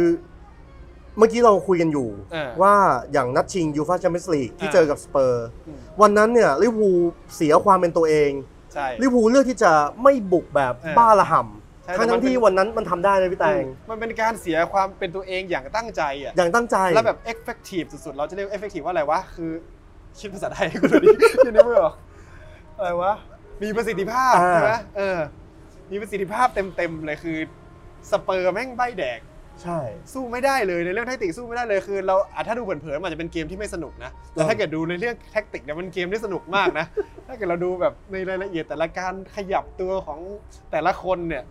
B: เมื่อกี้เราคุยกันอยู่
A: เออ
B: ว่าอย่างนัดชิงยูฟาแชมเปี้ยนส์ลีกที่
A: เออ
B: เจอกับสเปอร์
A: อืม
B: วันนั้นเนี่ยลิเวอร์พูลเสียความเป็นตัวเอง
A: ใช่
B: ลิเวอร์พูลเลือกที่จะไม่บุกแบบ
A: เออ
B: บ้าระห่
A: ใช่
B: ำ
A: แต่มั
B: ทั้งทั้
A: น
B: ง
A: เป็น
B: ที่วันนั้นมันทำได้เลยพี่แตง
A: มันเป็นการเสียความเป็นตัวเองอย่างตั้งใจอ่ะ
B: อย่างตั้งใจ
A: แล้วแบบ effective สุดๆ เราจะเรียก effective ว่าอะไรวะ คือคิดภาษาไทยให้กู ดูดิคิดนึกไม่ออกอะไรวะ มีประสิทธิภาพ
B: อ่า
A: ใช่ไหมเออ มีประสิทธิภาพเต็มๆ เลยคือ สเปอร์แม่งใบแดก
B: ใช่
A: สู้ไม่ได้เลยในเรื่องแทคติกสู้ไม่ได้เลยคือเราอ่ะถ้าดูเผินๆมันอาจจะเป็นเกมที่ไม่สนุกนะ แต่ถ้าเกิดดูในเรื่องแทคติกเนี่ยมันเกมที่สนุกมากนะ ถ้าเกิดเราดูแบบในรายละเอียดแต่ละการขยับตัวของแต่ละคนเนี่ย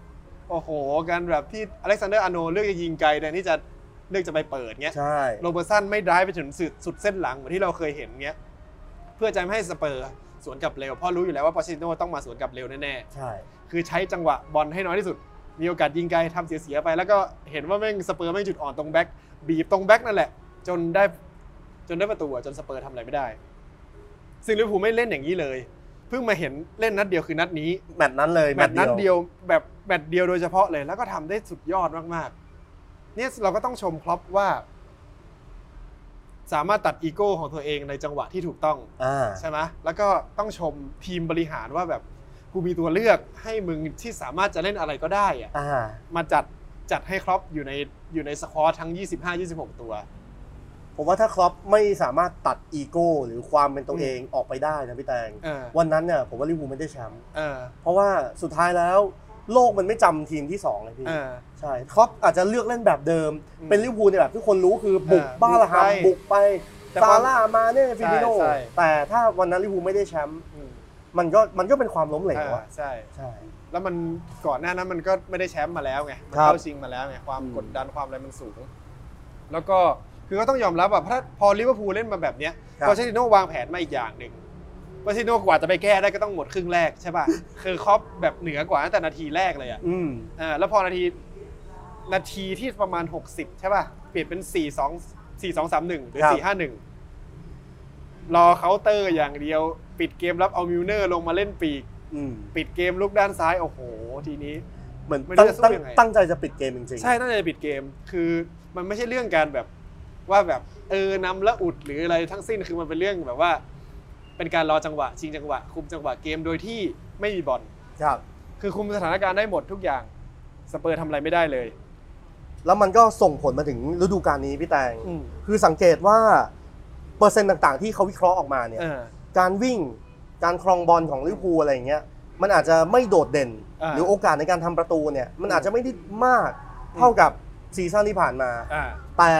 A: โอ้โหการแบบที่อเล็กซานเดอร์อาร์โนลด์เลือกจะยิงไกลแต่นี่จะเลือกจะไปเปิดเงี้ย
B: ใช่
A: โรเบอร์ตสันไม่ได้ไปถึงสุดสุดเส้นหลังเหมือนที่เราเคยเห็นเงี้ยเพื่อจะไม่ให้สเปอร์สวนกลับเร็วเพราะรู้อยู่แล้วว่าปอชิโนต้องมาสวนกลับเร็วแน่ๆ
B: ใช่
A: คือใช้จังหวะบอลให้น้อยที่สุด มีโอกาสยิงไกลทำเสียๆไป แล้วก็เห็นว่าแม่งสเปอร์แม่งจุดอ่อนตรงแบ็กบีบตรงแบ็กนั่นแหละ จนได้จนได้ประตูอะจนสเปอร์ทำอะไรไม่ได้ ซึ่งลิเวอร์พูลไม่เล่นอย่างนี้เลย เพิ่งมาเห็นเล่นนัดเดียวคือนัดนี้
B: แมตช์นั้นเลย
A: แมตช์นัดเดียวแบบแมตช์เดียวโดยเฉพาะเลย แล้วก็ทำได้สุดยอดมากๆ เนี่ยเราก็ต้องชมครอปว่า สามารถตัดอีโก้ของตัวเองในจังหวะที่ถูกต้อง
B: อ่า
A: ใช่ไหมแล้วก็ต้องชมทีมบริหารว่าแบบกูมีตัวเลือกให้มึงที่สามารถจะเล่นอะไรก็ได้อะ
B: อ่า
A: มาจัดจัดให้ครอปอยู่ในอยู่ในสควอตทั้ง 25-26 ตัว
B: ผมว่าถ้าครอปไม่สามารถตัดอีโก้หรือความเป็นตัวเองออกไปได้นะพี่แตง
A: เออ
B: วันนั้นเนี่ยผมว่าลิเวอร์พูลไม่ได้แชมป์
A: เออ
B: เพราะว่าสุดท้ายแล้วโลกมันไม่จำทีมที่สองเลยพี่
A: เออ
B: ใช่ครอปอาจจะเลือกเล่นแบบเดิม
A: อืม
B: เป็นลิเวอร์พูลในแบบที่คนรู้คือบุก
A: อ่า
B: บ้าระ
A: บุกไป
B: หำบุกไป
A: แต่ควา
B: ซาม ร่ามาเน่ฟิลิโน
A: ใช่ใช่
B: แต่ถ้าวันนั้นลิเวอร์พูลไม่ได้แชมป์
A: อืม
B: มันก็มันก็เป็นความล้มเหลว
A: อ่า
B: อะ
A: ใช่
B: ใช่
A: แล้วมันก่อนหน้านั้นมันก็ไม่ได้แชมป์มาแล้วไงมัน
B: ครับ
A: เข้าชิงมาแล้วไงความ
B: อืม
A: กดดันความอะไรมันสูง แล้วก็คือก็ต้องยอมรับอ่ะเพราะถ้าพอลิเวอร์พูลเล่นมาแบบเนี้ย
B: ครับ
A: พอเชติโน่วางแผนมาอีกอย่างหนึ่งพอเชติโน่กว่าจะไปแก้ได้ก็ต้องหมดครึ่งแรกใช่ป่ะ คือครอปแบบเหนือกว่าตั้งแต่นาทีแรกเลยอ่ะ
B: อืม
A: เออแล้วพอนาทีนาทีที่ประมาณ 60 ใช่ป่ะ เปลี่ยนเป็น 4 2 4 2 3 1 หรือ 4 5 1 รอเคาน์เตอร์อย่างเดียว ปิดเกมรับเอามิลเนอร์ลงมาเล่นปีก
B: อืม
A: ปิดเกมลุกด้านซ้าย โอ้โห ทีนี้
B: เหมือน
A: ไม่รู้
B: ตั้ง
A: จะสู้
B: ตั้ง
A: ยังไง
B: ตั้งใจจะปิดเกมจริงๆ
A: ใช่น่าจะปิดเกมคือมันไม่ใช่เรื่องการแบบว่าแบบเออนำแล้วอุดหรืออะไรทั้งสิ้นคือมันเป็นเรื่องแบบว่า เป็นการรอจังหวะชิงจังหวะ คุมจังหวะเกมโดยที่ไม่มีบอล
B: ครับ
A: คือคุมสถานการณ์ได้หมดทุกอย่างสเปอร์ทำอะไรไม่ได้เลย
B: แล้วมันก็ส่งผลมาถึงฤดูกาลนี้พี่แตง
A: อืม
B: คือสังเกตว่าเปอร์เซ็นต์ต่างๆ ที่เขาวิเคราะห์ออกมาเนี่ย
A: เออ
B: การวิ่ง การครองบอลของลิเวอร์พูลอะไรอย่างเงี้ย มันอาจจะไม่โดดเด่น
A: อ่า
B: หรือโอกาสในการทำประตูเนี่ย มัน
A: อืม
B: อาจจะไม่ได้มากเท่ากับซีซั่นที่ผ่านมา
A: อ่า
B: แต่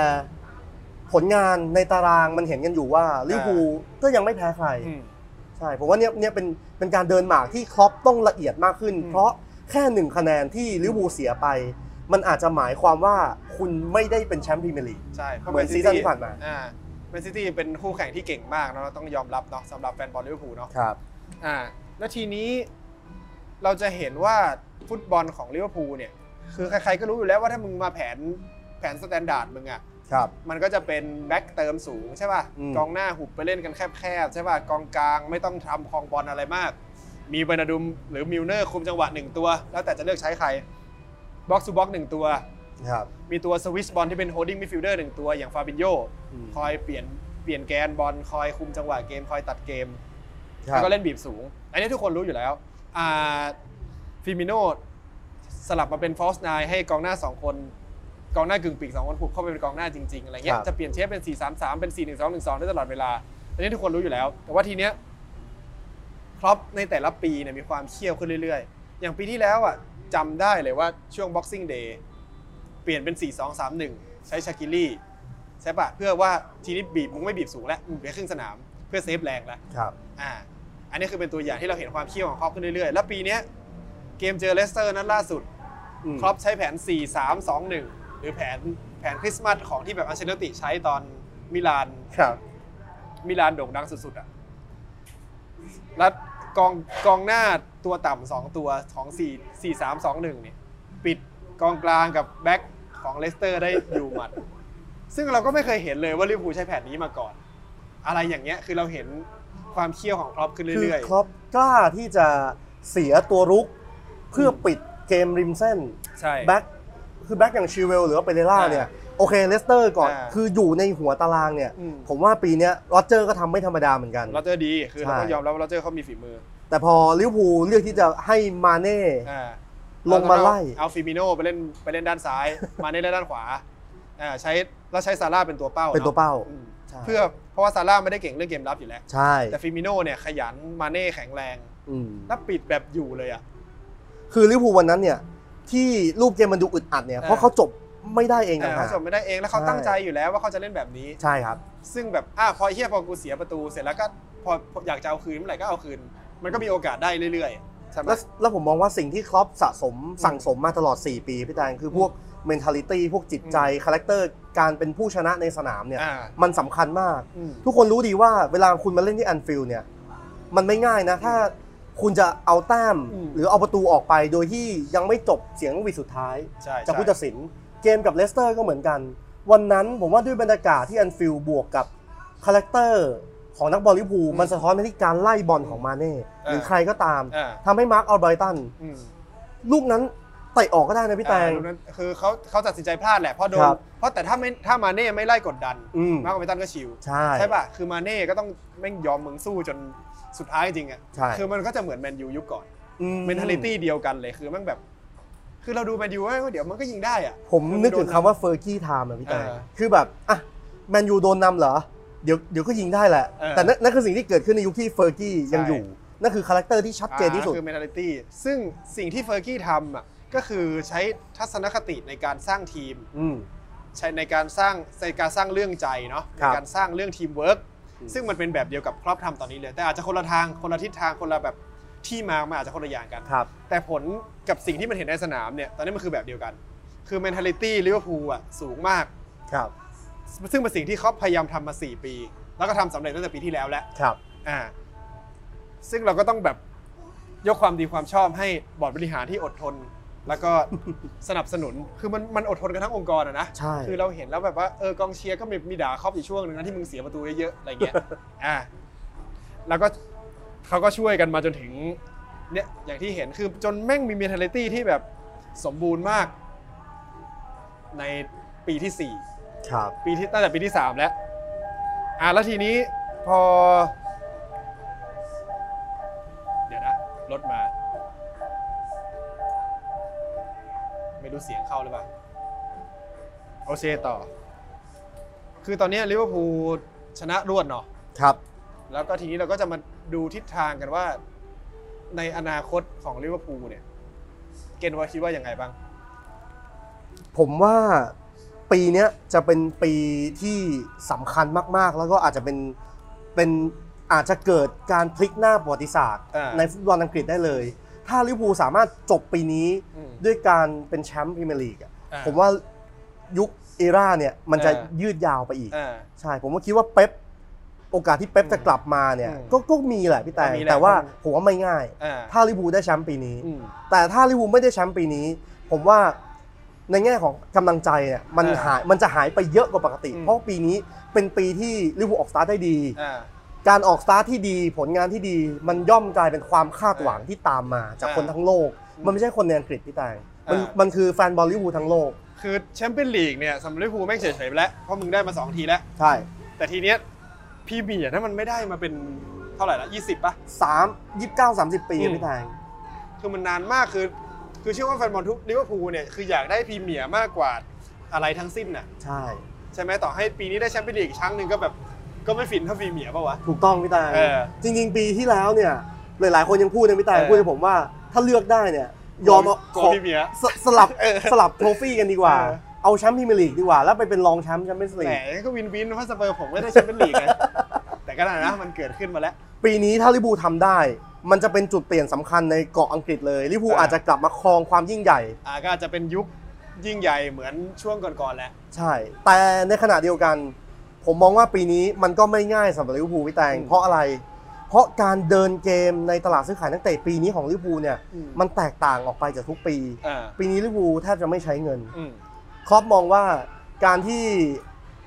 B: ผลงานในตารางมันเห็นกันอยู่ว่าลิเวอร์พูลก็ยังไม่แพ้ใคร
A: อืม
B: ใช่ ผมว่าเนี่ยเนี่ยเป็นเป็นการเดินหมากที่ครอปต้องละเอียดมากขึ้น
A: อืม
B: เพราะแค่หนึ่งคะแนนที่ลิเวอร์พูลเสียไป มันอาจจะหมายความว่าคุณไม่ได้เป็นแชมป์พรีเมียร์ลีก
A: ใช่พราะ
B: เหมือนซีซั่นที่ผ่านมา
A: อ่าแมนซิตี้เป็นคู่แข่งที่เก่งมากเนาะต้องยอมรับเนาะสำหรับแฟนบอลลิเวอร์พูลเนาะ
B: ครับ
A: อ่าแล้วทีนี้เราจะเห็นว่าฟุตบอลของลิเวอร์พูลเนี่ย คือใครๆก็รู้อยู่แล้วว่าถ้ามึงมาแผนแผนสแตนดาร์ดมึงอะ่ะ
B: ครับ
A: มันก็จะเป็นแบ็กเติมสูงใช่ป่ะ
B: อืม
A: กองหน้าหุบไปเล่นกันแคบๆใช่ป่ะกองกลางไม่ต้องทำคลองบอลอะไรมาก มีเบรนาดุมหรือมิลเนอร์คุมจังหวะหนึ่งตัว แล้วแต่จะเลือกใช้ใครบ็อกซ์ทูบ็อกหนึ่งตัว
B: ครับ
A: มีตัวสวิสบอลที่เป็นโฮดดิ้งมิดฟิลเดอร์หนึ่งตัวอย่างฟาบินโยคอยเปลี่ยนเปลี่ยนแกนบอลคอยคุมจังหวะเกมคอยตัดเกม แล้วก็เล่นบีบสูง อันนี้ทุกคนรู้อยู่แล้วอ่าฟิมิโนสลับมาเป็นฟอสไนให้กองหน้า 2 คน กองหน้ากึ่งปีก 2 คนผูกเข้าไปเป็นกองหน้าจริง ๆ อะไรเงี้
B: ค
A: ย
B: รับ
A: จะเปลี่ยนเชฟเป็น 4 3 3 เป็น 4 1 2 1 2 ได้ตลอดเวลา อันนี้ทุกคนรู้อยู่แล้ว แต่ว่าทีเนี้ยครอปในแต่ละปีเนี่ยมีความเขี้ยวขึ้นเรื่อยๆ อย่างปีที่แล้วอ่ะจำได้เลยว่าช่วง Boxing Day เปลี่ยนเป็น 4 2 3 1 ใช้ชากิลี่ใช่ปะเพื่อว่าทีนี้บีบมึงไม่บีบสูงแล้วมึงบีบแค่ครึ่งสนามเพื่อเซฟแรงแล้ว
B: ครับ
A: อ่า อันนี้คือเป็นตัวอย่างที่เราเห็นความเขี้ยวของครอปขึ้นเรื่อยๆ แล้วปีเนี้ยเกมเจอเลสเตอร์นั้นล่าสุด ครอปใช้แผน 4 3 2 1 หรือแผนแผนคริสต์มาสของที่แบบอัลเชลติใช้ตอนมิลาน
B: ครับ
A: มิลานโด่งดังสุดๆอ่ะ แล้วกองกองหน้าตัวต่ำสองตัวของ4 4 3 2 1เนี่ย ปิดกองกลางกับแบ็คของเลสเตอร์ได้อยู่หมัด ซึ่งเราก็ไม่เคยเห็นเลยว่าลิเวอร์พูลใช้แผนนี้มาก่อน อะไรอย่างเงี้ยคือเราเห็นความเขี้ยวของครอปขึ้น
B: คือ
A: เรื่อย
B: ครอปกล้าที่จะเสียตัวรุก เพื่อปิดเกมริมเส้น
A: ๆ ใช่
B: แบ็คคือแบ็คอย่างชิเวลหรือว่าเปเรล่าเนี่ย โอเคเลสเตอร์ก่อน
A: อ่า
B: คืออยู่ในหัวตารางเนี่ย
A: อืม
B: ผมว่าปีเนี้ยโรเจอร์ก็ทำไม่ธรรมดาเหมือนกัน
A: โรเจอร์ดี คือเรา
B: ใช่
A: ต้องยอมรับว่าโรเจอร์เขามีฝีมือ
B: แต่พอลิเวอร์พูลเลือกที่จะให้มาเน่
A: อ่า
B: ลงมาไล่
A: เอาเอาฟิมิโนไปเล่นไปเล่นด้าน ซ้าย มาเน่เล่นด้านขวาอ่าใช้แล้วใช้ซาร่าเป็นตัวเป้า
B: เป็นตัวเป้า
A: อืม
B: ใช่
A: เพื่อเพราะว่าซาร่าไม่ได้เก่งเรื่องเกมรับอยู่แล้ว
B: ใช่
A: แต่ฟิมิโนเนี่ยขยันมาเน่แข็งแรง
B: อืม
A: แล้วปิดแบบอยู่เลยอ่ะ
B: คือลิเวอร์พูลวันนั้นเนี่ย ที่รูปเกมมันดูอึดอัดเนี่ย
A: อ่า
B: เพราะเขาจบไม่ได้เอง
A: แต่
B: นะครั
A: เขาจ
B: บบ
A: ไม่ได้เองแล้วเขาตั้งใจอยู่แล้วว่าเขาจะเล่นแบบนี้
B: ใช่ครับ
A: ซึ่งแบบอ่ะพอเฮียพอกูเสียประตูเสร็จแล้วก็พอพออยากจะเอาคืนเมื่อไหร่ก็เอาคืน มันก็มีโอกาสได้เรื่อยๆใช่ไหม
B: แล้วแล้วผมมองว่าสิ่งที่ครอปสะสมสั่งสมมาตลอด 4 ปี พี่แตงคือพวก mentality พวกจิตใจ คาแรคเตอร์ การเป็นผู้ชนะในสนามเนี่ย
A: อ่า
B: มันสำคัญมาก
A: อืม
B: ทุกคนรู้ดีว่าเวลาคุณมาเล่นที่แอนฟิลด์เนี่ย มันไม่ง่ายนะ ถ้าคุณจะเอาแต้ม
A: อืม
B: หรือเอาประตูออกไปโดยที่ยังไม่จบเสียงหวีดสุดท้าย
A: ใช่
B: จาก
A: ใช่
B: ผู้ตัดสินเกมกับเลสเตอร์ก็เหมือนกัน วันนั้นผมว่าด้วยบรรยากาศที่แอนฟิลด์บวกกับคาแรคเตอร์ของนักบอลลิเวอร์พูลมันสะท้อนไปที่การไล่บอลของมาเน่หรือใครก็ตาม
A: อ่า
B: ทำให้มาร์คอัลไบรตัน
A: อืม
B: ลูกนั้นเตะออกก็ได้นะพี่แตง
A: อ่าลูกนั้นคือเขาเขาตัดสินใจพลาดแหละเพราะโด
B: คน รับ
A: เพราะแต่ถ้าไม่ถ้ามาเน่ไม่ไล่กดดัน
B: อืม
A: มาร์กอเมตันก็ชิว
B: ใช่
A: ใช่ป่ะคือมาเน่ก็ต้องแม่งยอมมึงสู้จนสุดท้ายจริงๆอ่ะ
B: ใช่
A: คือมันก็จะเหมือนแมนยูยุคก่อน
B: อืม
A: เมนเทลิตี้เดียวกันเลยคือแมันแบบ คือเราดูแมนยูว่าเดี๋ยวมันก็ยิงได้อ่ะ
B: ผมนึกถึงคำว่าเฟอร์กี้ไทม์อะพี่แตง
A: เออ
B: คือแบบอ่ะแมนยูโดนนำเหรอเดี๋ยวเดี๋ยวก็ยิงได้แหละ
A: เออ
B: แต่นั่นนั่นคือสิ่งที่เกิดขึ้นในยุคที่เฟอร์กี้ยัง
A: ใช่
B: อยู่นั่นคือคาแรคเตอร์ที่ชัดเจนที่สุด
A: อ่าคือเมนเทลิตี้ซึ่งสิ่งที่เฟอร์กี้ทำอ่ะก็คือใช้ทัศนคติในการสร้างทีม
B: อืม
A: ใช้ในการสร้างในการสร้างเรื่องใจเนาะ
B: ครับ
A: ในการสร้างเรื่องทีมเวิร์ก
B: อืม
A: ซึ่งมันเป็นแบบเดียวกับครอบทำตอนนี้เลย แต่อาจจะคนละทางคนละทิศทางคนละแบบที่มามันอาจจะคนละอย่างกัน
B: ครับ
A: แต่ผลกับสิ่งที่มันเห็นในสนามเนี่ยตอนนี้มันคือแบบเดียวกัน คือ mentality ลิเวอร์พูลอ่ะสูงมาก
B: ครับ
A: ซึ่งเป็นสิ่งที่เขาพยายามทำมา 4 ปี แล้วก็ทำสำเร็จตั้งแต่ปีที่แล้วแล้ว
B: ครับ
A: อ่า ซึ่งเราก็ต้องแบบยกความดีความชอบให้บอร์ดบริหารที่อดทน แล้วก็ สนับสนุน คือมันมันอดทนกันทั้งองค์กรอะนะ
B: ใช่
A: คือเราเห็นแล้วแบบว่าเออกองเชียร์ก็มีมีด่าครอบอยู่ช่วงหนึ่งนะที่มึงเสียประตูเยอะๆอะไรเงี้ย อ่า แล้วก็เขาก็ช่วยกันมาจนถึงเนี่ยอย่างที่เห็นคือจนแม่งมี mentality ที่แบบสมบูรณ์มาก ในปีที่สี่
B: ครับ
A: ปีที่ตั้งแต่ปีที่สามแล้ว อ่ะแล้วทีนี้พอ เดี๋ยวนะรถมา ไม่รู้เสียงเข้าหรือเปล่าโอเคต่อ คือตอนเนี้ลิเวอร์พูลชนะรวดเนาะ
B: ครับ
A: แล้วก็ทีนี้เราก็จะมาดูทิศทางกันว่า ในอนาคตของลิเวอร์พูลเนี่ย เกณฑ์ว่าคิดว่ายังไงบ้าง
B: ผมว่าปีเนี้ยจะเป็นปีที่สำคัญมาก ๆ แล้วก็อาจจะเป็นเป็นอาจจะเกิดการพลิกหน้าประวัติศาสตร์
A: อ่า
B: ในฟุตบอลอังกฤษได้เลย ถ้าลิเวอร์พูลสามารถจบปีนี้
A: อืม
B: ด้วยการเป็นแชมป์พรีเมียร์ลีกอะ
A: อ่ะ
B: ผมว่ายุคเอราเนี่ยมันจะ
A: อ่ายื
B: ยืดยาวไปอีก
A: อ่า
B: ใช่ ผมก็คิดว่าเป๊ปโอกาสที่เป๊ปจะกลับมาเนี่ย
A: อืม
B: ก็ก็มีแหละพี่แต่
A: ก็มีแหละ
B: แต่ว่าผมว่าไม่ง่าย
A: อ่า
B: ถ้าลิเวอร์พูลได้แชมป์ปีนี้
A: อืม
B: แต่ถ้าลิเวอร์พูลไม่ได้แชมป์ปีนี้ ผมว่าในแง่ของกำลังใจเนี่ยมัน
A: เออ
B: หายมันจะหายไปเยอะกว่าปกติ
A: อืม
B: เพราะปีนี้เป็นปีที่ลิเวอร์พูลออกสตาร์ทได้ดี
A: อ่า
B: การออกสตาร์ทที่ดี ผลงานที่ดี มันย่อมกลายเป็นความคาดหวังที่ตามมา จาก
A: เออ
B: คนทั้งโลก
A: อืม
B: มันไม่ใช่คนในอังกฤษพี่แตงมัน
A: เออ
B: มันคือแฟนบอลลิเวอร์พูลทั้งโลก
A: คือแชมเปี้ยนลีกเนี่ยสำหรับลิเวอร์พูลแม่งเฉยๆไปแล้ว เพราะมึงได้มา 2 ทีแล้ว
B: ใช่
A: แต่ทีเนี้ยพี่เบียร์ถ้ามันไม่ได้มาเป็นเท่าไหร่ละ20 ป่ะ
B: สามยี่สิบเก้าสามสิบปี
A: อืม
B: พี่แตง
A: คือมันนานมากคือ คือเชื่อว่าแฟนบอลทุกลิเวอร์พูลเนี่ยคืออยากได้พรีเมียร์มากกว่าอะไรทั้งสิ้นน่ะ
B: ใช่
A: ใช่ไหมต่อให้ปีนี้ได้แชมเปี้ยนลีกอีกครั้งหนึ่งก็แบบก็ไม่ฟินเท่าพรีเมียร์ป่ะวะ
B: ถูกต้องพี่แตง
A: เออ
B: จริง ๆ ปีที่แล้วเนี่ย หลายๆ คนยังพูดนะพี่แตง
A: เออ
B: พูดกับผมว่าถ้าเลือกได้เนี่ยยอมเอา
A: กลั
B: ข
A: ว
B: อ
A: พรีเมียร์
B: สสลับ
A: เออ
B: สลับโทฟี่กันดีกว่า
A: เออ
B: เอาแชมป์พรีเมียร์ลีกดีกว่า แล้วไปเป็นรองแชมป์แชมเปี้ยนส์ลี
A: แหม
B: ก
A: ก็วินวินเพราะสเปอร์ผมไม่ได้แชมเปี้ยนลีกไงแต่ก็ได้นะมันเกิดขึ้นมาแล้ว
B: ปีนี้ถ้าลิเวอร์พูลทำได้ มันจะเป็นจุดเปลี่ยนสำคัญในเกาะอังกฤษเลยลิเวอร์พูล
A: เอออ
B: อาจจะกลับมาครองความยิ่งใหญ่
A: อ่าก็อาจจะเป็นยุคยิ่งใหญ่เหมือนช่วงก่อนๆแหละ
B: ใช่ แต่ในขณะเดียวกัน ผมมองว่าปีนี้มันก็ไม่ง่ายสำหรับลิเวอร์พูลพี่แตง
A: อืม
B: เพราะอะไร เพราะการเดินเกมในตลาดซื้อขายนักเตะปีนี้ของลิเวอร์พูลเนี่ย
A: อื
B: มันแตกต่างออกไปจากทุกปี
A: อ่า
B: ปีนี้ลิเวอร์พูลแทบจะไม่ใช้เงิน
A: อืม
B: ครอปมองว่าการที่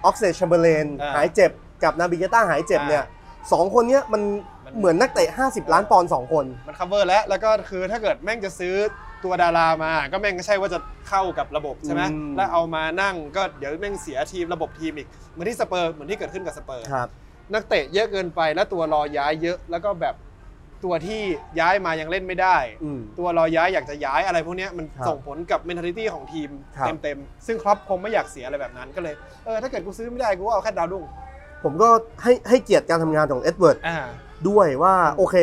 B: ออกเซชแชมเบอร์เลน
A: อ่า
B: หายเจ็บกับนาบิเกต้าหายเจ็บเนี่ยสองคนเนี้ยมัน
A: มัน
B: เหมือนนักเตะ 50 ล้านปอนด์สองคน
A: มัน cover แล้ว แล้วก็คือถ้าเกิดแม่งจะซื้อตัวดารามา ก็แม่งก็ใช่ว่าจะเข้ากับระบบใช่ไหม
B: อืม
A: แล้วเอามานั่งก็เดี๋ยวแม่งเสียทีมระบบทีมอีก เหมือนที่สเปอร์ เหมือนที่เกิดขึ้นกับสเปอร์
B: ครับ
A: นักเตะเยอะเกินไป แล้วตัวรอย้ายเยอะ แล้วก็แบบตัวที่ย้ายมายังเล่นไม่ได้
B: อืม
A: ตัวรอย้ายอยากจะย้ายอะไรพวกเนี้ยมัน
B: ครับ
A: ส่งผลกับ mentality ของทีม
B: ครับ
A: เต็มๆ ซึ่งครอปคงไม่อยากเสียอะไรแบบนั้นก็เลย เออถ้าเกิดกูซื้อไม่ได้กูก็เอาแค่ดาวรุ่ง
B: ผมก็ให้ให้เกียรติการทำงานของเอ็ดเวิร์ด
A: อ่า
B: ด้วยว่า
A: อืม
B: โอเค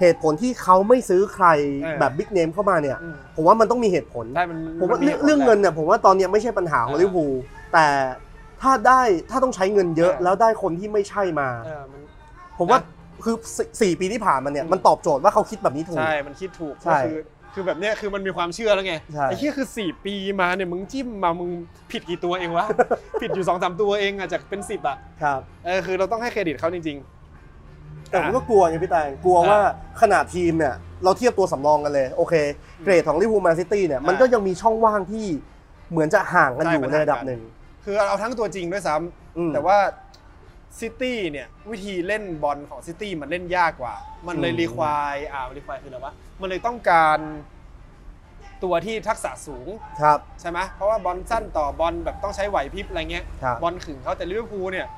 B: เหตุผลที่เขาไม่ซื้อใคร
A: เออ
B: แบบบิ๊กเนมเข้ามาเนี่ย
A: อืม
B: ผมว่ามันต้องมีเหตุผล
A: ได้มัน
B: ผมว่าน เรื่องเรื่องเงินเนี่ยผมว่าตอนเนี้ยไม่ใช่ปัญหาของลิเวอร์พูลแต่ถ้าได้ถ้าต้องใช้เงินเยอะแล้วได้คนที่ไม่ใช่มา
A: เออมัน
B: ผมว่าคือสี่สี่ปีที่ผ่านมาเนี่ย
A: อืม
B: มันตอบโจทย์ว่าเขาคิดแบบนี้ถูก
A: ใช่ มันคิดถูก
B: ใช่
A: ก็คือคือแบบเนี้ยคือมันมีความเชื่อแล้วไง
B: ใช่
A: ไอ้เหี้ยคือ 4 ปีมาเนี่ยมึงจิ้มมา มึงผิดกี่ตัวเอง วะ ผิดอยู่2อสตัวเองอะจากเป็น 10อะ
B: ครับ
A: เออคือเราต้องให้เครดิตเขาจริง
B: แต่ผมก็กลัวไงพี่แตงกลัว
A: อ่ะ
B: ว่าขนาดทีมเนี่ยเราเทียบตัวสำรองกันเลย โอเค เกรดของลิเวอร์พูลแมนซิตี้เนี่ย
A: อ่ะ
B: มันก็ยังมีช่องว่างที่เหมือนจะห่างกัน
A: ใช่
B: อยู่
A: มัน
B: ในระดับ
A: ห่างกัน
B: หนึ่ง
A: ๆ คือเอาทั้งตัวจริงด้วยซ้ำ
B: อืม
A: แต่ว่าซิตี้เนี่ยวิธีเล่นบอลของซิตี้มันเล่นยากกว่า มันเลย
B: อืม
A: รีควายอ่ารีควายคืออะไรวะ มันเลยต้องการตัวที่ทักษะสูง
B: ครับ
A: ใช่ไหมเพราะว่าบอลสั้นต่อบอลแบบต้องใช้ไหวพริบอะไรเงี้ย
B: ครับ
A: บอลขึงเขาแต่ลิเวอร์พูลเนี่ย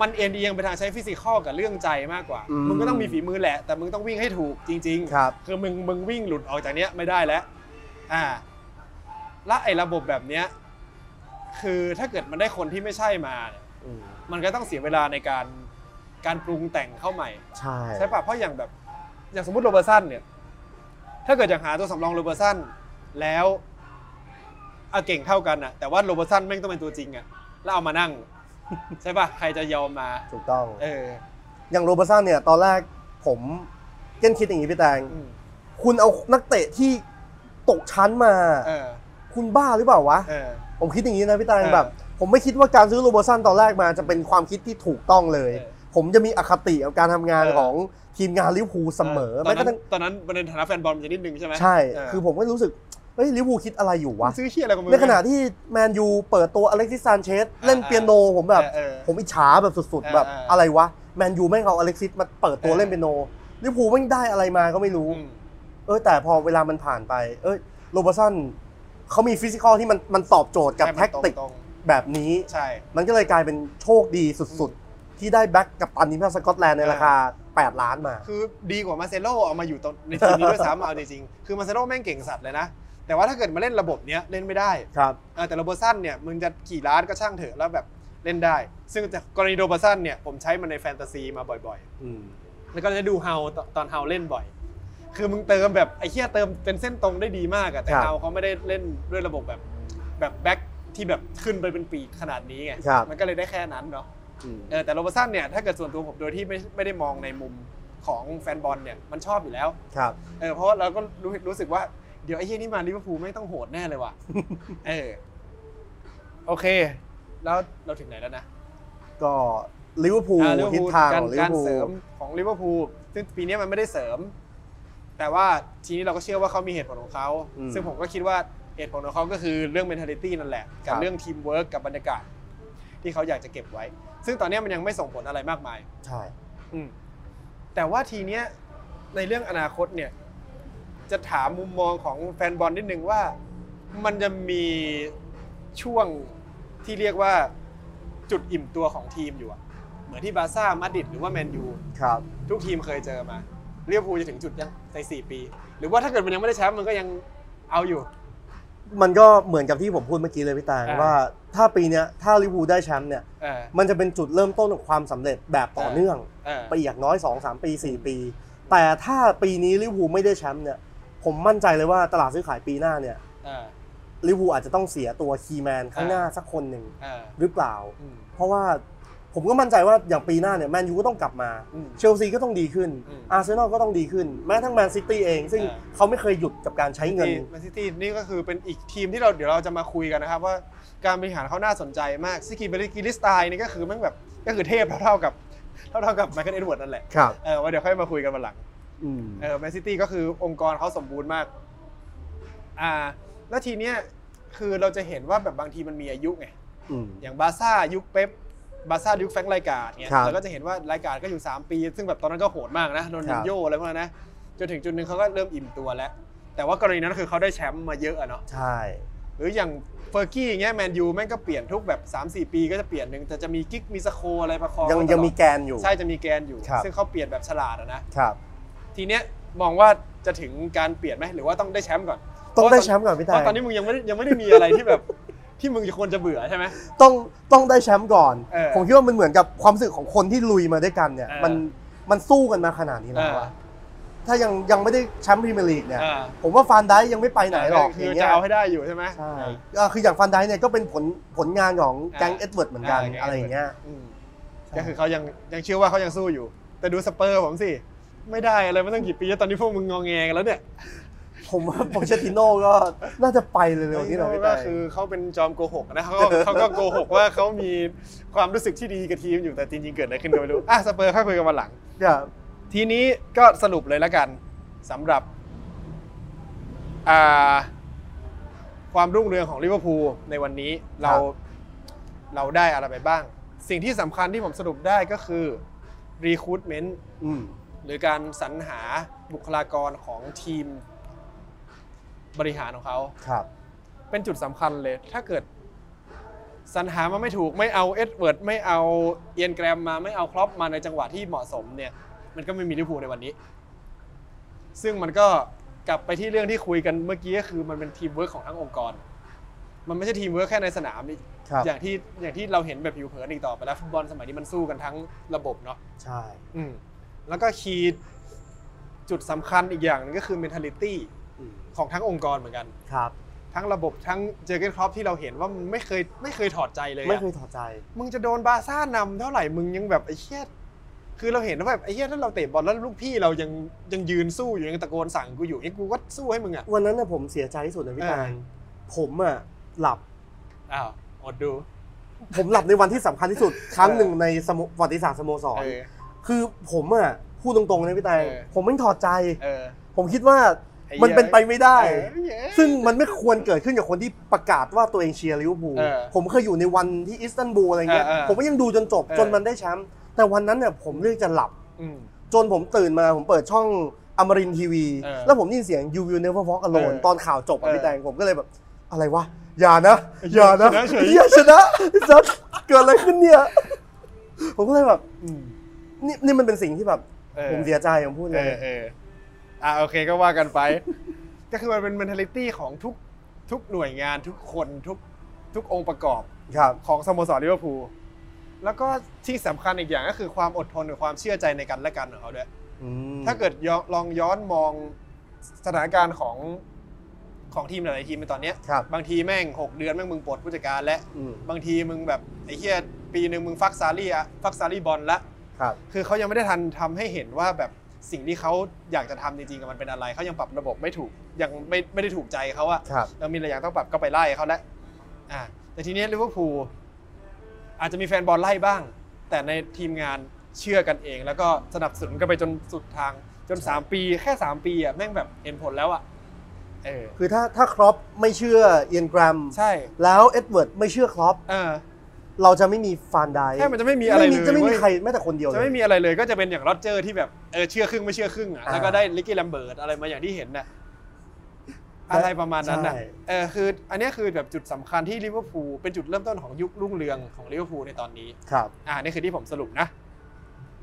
A: มันเอ็นเอียงไปทางใช้ฟิสิกอลกับเรื่องใจมากกว่า
B: อืม
A: มึงก็ต้องมีฝีมือแหละ แต่มึงต้องวิ่งให้ถูกจริงๆ
B: ครับ
A: คือมึงมึงวิ่งหลุดออกจากเนี้ยไม่ได้แล้วอ่าและไอ้ระบบแบบเนี้ยคือถ้าเกิดมันได้คนที่ไม่ใช่มาเนี่ย
B: อืม
A: มันก็ต้องเสียเวลาในการการปรุงแต่งเข้าใหม่
B: ใช่
A: ใช่ป่ะเพราะอย่างแบบ อย่างสมมติโรเบอร์สันเนี่ย ถ้าเกิดอยากหาตัวสำรองโรเบอร์สันแล้วเอาเก่งเท่ากันอะแต่ว่าโรเบอร์สันแม่งต้องเป็นตัวจริงอะแล้วเอามานั่ง ใช่ป่ะใครจะยอมมา
B: ถูกต้อง
A: เออ
B: อย่างโรเบอร์ตสันเนี่ย ตอนแรกผมเก้นคิดอย่างนี้พี่แตง
A: อืม
B: คุณเอานักเตะที่ตกชั้นมา
A: เออ
B: คุณบ้าหรือเปล่าวะ
A: เออ
B: ผมคิดอย่างนี้นะพี่แตง
A: เออ
B: แบบ ผมไม่คิดว่าการซื้อโรเบอร์ตสันตอนแรกมาจะเป็นความคิดที่ถูกต้องเลย
A: เออ
B: ผมจะมีอคติกับการทำงาน
A: เออ
B: ของทีมงานลิเวอร์พูลเสมอ
A: ตอ
B: แม้
A: น
B: กระ
A: นั้
B: ทั่
A: น
B: ง
A: ตอนนั้นในฐานะแฟนบอลมันจะนิดนึงใช่ไหม
B: ใช่
A: เ
B: คือผมก็รู้สึกเฮ้ยลิเวอร์พูลคิดอะไรอยู่วะ
A: มึงซื้อเฮียอะไรกับมึง
B: ในขณะที่แมนยูเปิดตัวอเล็กซิสซานเชสเล่นเปียโนผมแบบ
A: เออเออ
B: ผมอิจฉาแบบสุด
A: เอ
B: ๆ
A: อ
B: แบบ
A: เอออ
B: อะไรวะ แมนยูแม่งเอาอเล็กซิสมาเปิดตัว
A: เออ
B: เล่นเปียโนลิเวอร์พูลแม่งได้อะไรมาก็ไม่รู้
A: อืม
B: เออแต่พอเวลามันผ่านไป เออโรเบอร์สันเขามีฟิสิกอลที่มันมันตอบโจทย์กับ
A: ใช่
B: แท็กติก
A: มันรง
B: แบบนี้
A: ๆใช่
B: มันก็เลยกลายเป็นโชคดีสุดๆ ที่ได้แบ็กกับตันทีมชาติสกอตแลนด์ในราคา 8 ล้านมา
A: คือดีกว่ามาเซโลเอามาอยู่ตรงในทีมนี้ด้วยซ้ำเอาจริงๆคือมาเซโลแม่งเก่งสัตว์เลยนะ แต่ว่าถ้าเกิดมาเล่นระบบเนี้ยเล่นไม่ได้
B: ครับ
A: เออแต่โรเบอร์สันเนี่ยมึงจะกี่ล้านก็ช่างเถอะแล้วแบบเล่นได้ ซึ่งจากกรณีโรเบอร์สันเนี่ยผมใช้มันในแฟนตาซีมาบ่อย
B: อืม
A: ๆ แล้วก็จะดูเฮาตตอนเฮาเล่นบ่อย คือมึงเติมแบบไอ้เหี้ยเติมเป็นเส้นตรงได้ดีมากอะแต่
B: ครับ
A: เฮาเขาไม่ได้เล่นด้วยระบบแบบแบบแบ็คที่แบบขึ้นไปเป็นปีกขนาดนี้ไง
B: ครับ
A: มันก็เลยได้แค่นั้นเนาะ
B: อืม
A: เออแต่โรเบอร์สันเนี่ยถ้าเกิดส่วนตัวผมโดยที่ไม่ไม่ได้มองในมุมของแฟนบอลเนี่ยมันชอบอยู่แล้ว
B: ครับ
A: เออเพราะเราก็รู้รู้สึกว่าเดี๋ยวไอ้เฮียนี่มาลิเวอร์พูลไม่ต้องโหดแน่เลย ว่ะ เออโอเค แล้วเราถึงไหนแล้วนะ
B: ก็ลิเวอร์พูล
A: อ่า Liverpool
B: ทิศทาง
A: กา
B: ข
A: ร
B: องลิเว
A: กา
B: อ
A: ร
B: ร์พู
A: เสริ
B: ล
A: มของลิเวอร์พูลซึ่งปีนี้มันไม่ได้เสริม แต่ว่าทีนี้เราก็เชื่อว่าเขามีเหตุผลของเขา
B: อืม
A: ซึ่งผมก็คิดว่าเหตุผลของเขาก็คือเรื่อง mentality นั่นแหละกับ
B: ครับ
A: เรื่องทีมเวิร์กกับบรรยากาศ ที่เขาอยากจะเก็บไว้ ซึ่งตอนเนี้ยมันยังไม่ส่งผลอะไรมากมาย
B: ใช่
A: อืมแต่ว่าทีเนี้ยในเรื่องอนาคตเนี่ย จะถามมุมมองของแฟนบอลนิดนึงว่า มันจะมีช่วงที่เรียกว่าจุดอิ่มตัวของทีมอยู่อะเหมือนที่บาร์ซ่ามาดริดหรือว่าแมนยู
B: ครับ
A: ทุกทีมเคยเจอมาเรียบูลจะถึงจุดยังใน 4 ปี หรือว่าถ้าเกิดมันยังไม่ได้แชมป์มันก็ยังเอาอยู่
B: มันก็เหมือนกับที่ผมพูดเมื่อกี้เลยพี่ตาง
A: อ่า
B: ว่าถ้าปีเนี้ยถ้าลิเวอร์พูลได้แชมป์เนี่ย
A: เออ
B: มันจะเป็นจุดเริ่มต้นของความสำเร็จแบบต่อเนื่อง
A: เออ
B: ไปอย่างน้อย 2 3 ปี 4 ปี แต่ถ้าปีนี้ลิเวอร์พูลไม่ได้แชมป์เนี่ย ผมมั่นใจเลยว่าตลาดซื้อขายปีหน้าเนี่ย
A: เออ
B: ลิเวอร์พูลอาจจะต้องเสียตัวคีย์แมนข้างหน้าสักคนหนึ่ง
A: เออ
B: หรือเปล่า
A: อืม
B: เพราะว่าผมก็มั่นใจว่าอย่างปีหน้าเนี่ยแมนยูก็ต้องกลับมา
A: อืม
B: เชลซีก็ต้องดีขึ้น
A: อืม
B: อาร์เซนอลก็ต้องดีขึ้น แม้ทั้งแมนซิตี้เอง ซึ่ง
A: อ่า
B: เขาไม่เคยหยุดกับการใช้เงิน
A: ที่แมนซิตี้นี่ก็คือเป็นอีกทีมที่เราเดี๋ยวเราจะมาคุยกันนะครับ ว่าการบริหารเขาน่าสนใจมากซิกิเบริกิลิสไตน์นี่ก็คือแมันแบบก็คือเทพเท่าๆกับเท่าๆกับไมเคิลเอ็ดเวิร์ดนั่นแหละ
B: ครับ
A: เออว่าเดี๋ยวค่อยมาคุยกันวันหลังเออแมนซิตี้ก็คือองค์กรเขาสมบูรณ์มากอ่าแล้วทีเนี้ยคือเราจะเห็นว่าแบบบางทีมันมีอายุไง
B: อืม
A: อย่างบาร์ซ่ายุคเป๊ปบาร์ซ่ายุคแฟรงค์ไรกาดเนี่ย
B: ครับ
A: เราก็จะเห็นว่ารายการก็อยู่ 3 ปี ซึ่งแบบตอนนั้นก็โหดมากนะโรนัลโญ่อะไรพวกนั้นนะจนถึงจุดหนึ่งเขาก็เริ่มอิ่มตัวแล้ว แต่ว่ากรณีนั้นคือเขาได้แชมป์มาเยอะอะเนาะ
B: ใช่
A: หรืออย่างเฟอร์กี้อย่างเงี้ยแมนยูแม่งก็เปลี่ยนทุกแบบ 3-4 ปีก็จะเปลี่ยนหนึ่งแต่จะมีกิ๊กมีสโคอะไรประคอง
B: ยัง
A: ไว้ตลอด
B: ยังมีแกนอยู่
A: ใช่จะมีแกนอยู่
B: ครับ
A: ซึ่งเขาเปลี่ยนแบบฉลาดอะนะครับ ทีเนี้ยมองว่าจะถึงการเปลี่ยนไหมหรือว่าต้องได้แชมป์ก่อน
B: ต้องได้แชมป์ก่อนพี่
A: เพ
B: ตาย
A: ราะตอนนี้มึงยังไม่ได้ยังไม่ได้มีอะไรที่แบบ ที่มึงจะควรจะเบื่อใช่ไหม
B: ต้องต้องได้แชมป์ก่อน
A: เออ
B: ผมคิดว่ามันเหมือนกับความรู้สึกของคนที่ลุยมาด้วยกันเนี่ย
A: เออ
B: มันมันสู้กันมาขนาดนี้แล้วอะถ้ายังยังไม่ได้แชมป์พรีเมียร์ลีกเนี่ย
A: เออ
B: ผมว่าฟานได้ยังไม่ไปไหนหรอก
A: คือย่าง จะ
B: เงี้ย
A: เอาให้ได้อยู่ใช่ไหม
B: ใช่ก็คืออย่างฟานได้เนี่ยก็เป็นผลผลงานของแก๊ง
A: อ่า
B: เอ็ดเวิร์ดเหมือนกัน
A: อ่าแก๊ง
B: อะไรอย่างเงี้ย
A: อืม
B: ใช่
A: ก็คือเขายังยังเชื่อว่าเขายังสู้อยู่ แต่ดูสเปอร์ผมสิ ไม่ได้อะไรไม่ต้องกี่ปีแล้วตอนนี้พวกมึงงองแงกันแล้วเนี่ย
B: ผมว่าโปเชติโน่ก็น่าจะไปเร็วๆนี้หรอกพี่
A: ก็
B: ตาย
A: คือเขาเป็นจอมโกหกนะเขาก็เขาก็โกหกว่าเขามีความรู้สึกที่ดีกับทีมอยู่แต่จริงๆเกิดอะไรขึ้นก็ไม่รู้อ่ะสเปอร์ค่อยคุยกันวันหลัง ทีนี้ก็สรุปเลยแล้วกันสำหรับอ่าความรุ่งเรืองของลิเวอร์พูลในวันนี้เรา
B: ครับ
A: เราได้อะไรไปบ้าง สิ่งที่สำคัญที่ผมสรุปได้ก็คือ Recruitment
B: อืม
A: หรือการสรรหาบุคลากรของทีมบริหารของเขา
B: ครับ
A: เป็นจุดสำคัญเลย ถ้าเกิดสรรหามาไม่ถูกไม่เอาเอ็ดเวิร์ดไม่เอาเอียนแกรมมาไม่เอาครอปมาในจังหวะที่เหมาะสมเนี่ย มันก็ไม่มีลิเวอร์พูลในวันนี้ ซึ่งมันก็กลับไปที่เรื่องที่คุยกันเมื่อกี้ก็คือมันเป็นทีมเวิร์คของทั้งองค์กร มันไม่ใช่ทีมเวิร์คแค่ในสนามนี่
B: ครับ
A: อย่างที่อย่างที่เราเห็นแบบผิวเผินอีกต่อไปแล้วฟุตบอลสมัยนี้มันสู้กันทั้งระบบเนาะ
B: ใช่
A: อืมแล้วก็คีย์จุดสำคัญอีกอย่างหนึงก็คือ mentality
B: อืม
A: ของทั้งองค์กรเหมือนกัน
B: ครับ
A: ทั้งระบบทั้งเจอร์เกนครอปที่เราเห็นว่ามันไม่เคยไม่เคยถอดใจเลย
B: ไม่
A: อะ
B: เคยถอดใจ
A: มึงจะโดนบาร์ซ่านำเท่าไหร่มึงยังแบบไอ้เหี้ยคือเราเห็นว่าแบบไอ้เหี้ยถ้าเราเตะบอลแล้วลูกพี่เรายังยังยืนสู้อยู่ยังตะโกนสั่งกูอยู่นี่กูก็สู้ให้มึงอ่ะ
B: วันนั้นนะผมเสียใจที่สุดเลยพี่
A: เออ
B: ตายผมอ่ะหลับ
A: อ้าวอดดู
B: ผมหลับในวันที่สำคัญที่สุด ครั้งหนึ่งในสโมประวัติศาสตร์สโมสร
A: เออ
B: คือผมอ่ะพูดตรงๆนะพี่ตาย
A: เออ
B: ผมไม่ถอดใจ
A: เออ
B: ผมคิดว่า
A: ไอ้หี้ย
B: มันเป็นไปไม่ได้
A: เออไอ้เหี้ย
B: ซึ่งมันไม่ควรเกิดขึ้นกับคนที่ประกาศว่าตัวเองเชียร์ลิเวอร์พูล
A: เออ
B: ผมเคยอยู่ในวันที่อิสตันบูลอะไรเงี้ย
A: เออเออ
B: ผมก็ยังดูจนจบ
A: เออ
B: จนมันได้แชมป์แต่วันนั้นเนี่ยผมเลือกจะหลับ
A: อืม
B: จนผมตื่นมาผมเปิดช่องอมรินทีวี
A: เออ
B: แล้วผมได้ยินเสียง you will never walk alone
A: เออ
B: ตอนข่าวจบ
A: เอ
B: อะ
A: อ
B: พี่แตงผมก็เลยแบบ อะไรวะ อย่านะ อย่านะ
A: ชนะเฉย
B: อย่าชนะจัดเกิดอะไรขึ้นเนี่ย ผมก็เลยแบบ
A: อืม
B: นี่นี่มันเป็นสิ่งที่แบบ
A: เออ
B: ผมเสียใจผมพูด
A: เอ
B: เลย
A: อเอออ่ะโอเคก็ว่ากันไป ก็คือมันเป็น mentality ของทุกทุกหน่วยงานทุกคนทุกทุกองค์ประกอบ
B: ครับ
A: ของสโมสรลิเวอร์พูลแล้วก็ที่สำคัญอีกอย่างก็คือความอดทนกับความเชื่อใจในกันและกันของเขาด้วย
B: อืม
A: ถ้าเกิดย้อนลองย้อนมองสถานการณ์ของของทีมหลายๆทีมในตอนเนี้ย
B: ครับ
A: บางทีแม่ง 6 เดือนแม่งมึงปลดผู้จัดการและ
B: อืม
A: บางทีมึงแบบไอ้เหี้ยปีหนึ่งมึงฟักซารี่อะฟักซารี่บอลละ
B: ครับ
A: คือเขายังไม่ได้ทันทำให้เห็นว่าแบบสิ่งที่เขาอยากจะทำจริงๆอะมันเป็นอะไรเขายังปรับระบบไม่ถูกยังไม่ไม่ได้ถูกใจเขาอะ
B: ครับ
A: เรามีหลายอย่างต้องปรับก็ไปไล่เขาแล้วอ่าแต่ทีเนี้ลิเวอร์พูลอาจจะมีแฟนบอลไล่บ้าง แต่ในทีมงานเชื่อกันเอง แล้วก็สนับสนุนกันไปจนสุดทางจน
B: ใช่
A: 3 ปีแค่ 3 ปีอะแม่งแบบเห็นผลแล้วอะเออ
B: คือถ้าถ้าครอปไม่เชื่อเอียนแกรม
A: ใช่
B: แล้วเอ็ดเวิร์ดไม่เชื่อครอป
A: เออ
B: เราจะไม่มีฟานได
A: แค่มันจะไม่มีอะไรเลย
B: จะไม่มี
A: เว้ย
B: ใครแม้แต่คนเดียวเล
A: จะไม่
B: ย
A: มีอะไรเลยก็จะเป็นอย่างโรเจอร์ที่แบบเออเชื่อครึ่งไม่เชื่อครึ่งอ่ะ
B: อ่า
A: แล้วก็ได้ลิกกี้แลมเบิร์ตอะไรมาอย่างที่เห็นน่ะอะไรประมาณนั้นน่ะ
B: ใช่
A: เออคืออันเนี้ยคือแบบจุดสำคัญที่ลิเวอร์พูลเป็นจุดเริ่มต้นของยุครุ่งเรืองของลิเวอร์พูลในตอนนี้
B: ครับ
A: อ่านี่คือที่ผมสรุปนะ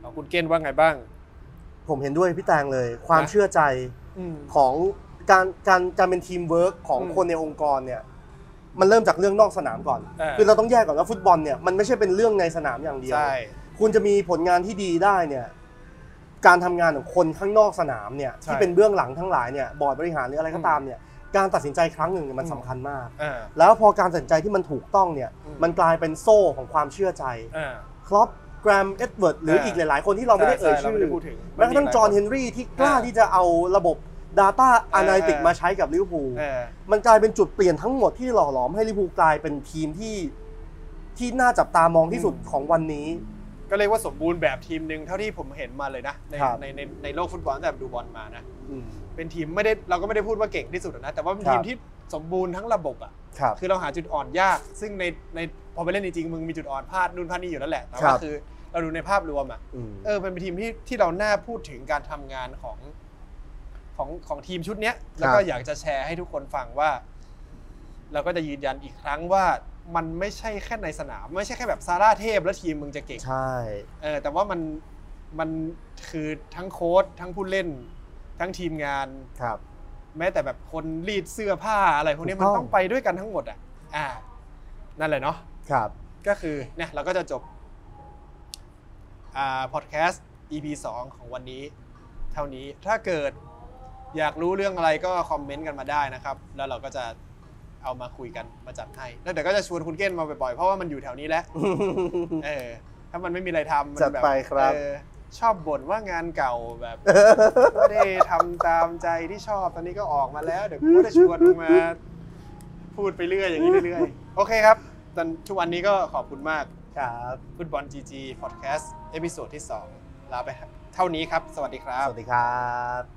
A: ของคุณเกณฑ์ว่าไงบ้าง
B: ผมเห็นด้วยพี่แตงเลยความ
A: นะ
B: เชื่อใจ
A: อืม
B: ของการการการเป็นทีมเวิร์กของ
A: อืม
B: คนในองค์กรเนี่ยมันเริ่มจากเรื่องนอกสนามก่อน
A: เออ
B: คือเราต้องแยกก่อนว่าฟุตบอลเนี่ยมันไม่ใช่เป็นเรื่องในสนามอย่างเดียว
A: ใช่
B: คุณจะมีผลงานที่ดีได้เนี่ยการทำงานของคนข้างนอกสนามเนี่ยที่เป็นเบื้องหลังทั้งหลายเนี่ยบอร์ดบริหารหรืออะไรก็ตามเนี่ยการตัดสินใจครั้งหนึ่งเนี่ยมันสำคัญมาก
A: เออ
B: แล้วพอการตัดสินใจที่มันถูกต้องเนี่ย
A: อืม
B: มันกลายเป็นโซ่ของความเชื่อใจ
A: เออ
B: ครอปแกรมเอ็ดเวิร์ดหรือ
A: เอออี
B: อีกหลาย ๆ คนที่เราไม่ได้เอ่ย
A: ใรา
B: ชื่
A: ไม่
B: อ
A: ได้พูดถึง
B: แม้กระทั่งจอห์นเฮ
A: เห็น
B: นรี่ที่กล้า
A: เออ
B: ที่จะเอาระบบ Data Analytics
A: เออเออ
B: มาใช้กับลิเวอร์พูล
A: เออ
B: มันกลายเป็นจุดเปลี่ยนทั้งหมดที่หล่อหลอมให้ลิเวอร์พูลกลายเป็นทีมที่ที่น่าจับตามองที่สุดของวันนี้
A: ก็เรียกว่าสมบูรณ์แบบทีมหนึ่งเท่าที่ผมเห็นมาเลยนะใน
B: ครับ
A: ในในในโลกฟุตบอลตั้งแต่ดูบอลมานะ
B: อืม
A: เป็นทีมไม่ได้เราก็ไม่ได้พูดว่าเก่งที่สุดหรอกนะแต่ว่าเป็น
B: ครับ
A: ทีมที่สมบูรณ์ทั้งระบบอ่ะ
B: ครับ
A: คือเราหาจุดอ่อนยาก ซึ่งในในพอไปเล่นจริงๆมึงมีจุดอ่อนพลาดนู่นพลาดนี่อยู่แล้วแหละแต่
B: ครั
A: ว่า
B: บ
A: คือเราดูในภาพรวมอ่ะ
B: อืม
A: เออเป็นทีมที่ที่เราน่าพูดถึงการทำงานของของของทีมชุดเนี้ยแล้วก็
B: ครับ
A: อยากจะแชร์ให้ทุกคนฟังว่า เราก็จะยืนยันอีกครั้งว่ามันไม่ใช่แค่ในสนาม ไม่ใช่แค่แบบซาร่าเทพแล้วทีมมึงจะเก่ง
B: ใช่
A: เออแต่ว่ามันมันคือทั้งโค้ชทั้งผู้เล่น ทั้งทีมงาน
B: ครับ
A: แม้แต่แบบคนรีดเสื้อผ้าอะไรพวกนี้
B: ถูก
A: มัน
B: ต้อง
A: ต้องไปด้วยกันทั้งหมดอ่ะ อ่า นั่นแหละเนาะ
B: ครับ
A: ก็คือเนี่ยเราก็จะจบ อ่า พอดแคสต์ EP 2 ของวันนี้ เท่านี้ ถ้าเกิดอยากรู้เรื่องอะไรก็คอมเมนต์กันมาได้นะครับ แล้วเราก็จะเอามาคุยกันมาจัดให้ แล้วเดี๋ยวก็จะชวนคุณเก้นมาบ่อยๆ เพราะว่ามันอยู่แถวนี้แห ละ เออ ถ้ามันไม่มีอะไรทำมัน
B: จัด
A: แบบ
B: ไปครับ
A: เออชอบบ่นว่างานเก่าแบบ ไม่ได้ทำตามใจที่ชอบตอนนี้ก็ออกมาแล้ว เดี๋ยวกูก็จะชวนมึงมา พูดไปเรื่อยอย่างนี้เรื่อยๆ โอเคครับตอนทุกวันนี้ก็ขอบคุณมาก
B: ครับ
A: ฟุตบอล GG Podcast เอพิโซดที่ 2 ลาไปครับเท่านี้ครับ สวัสดีครับ
B: สวัสดีครับ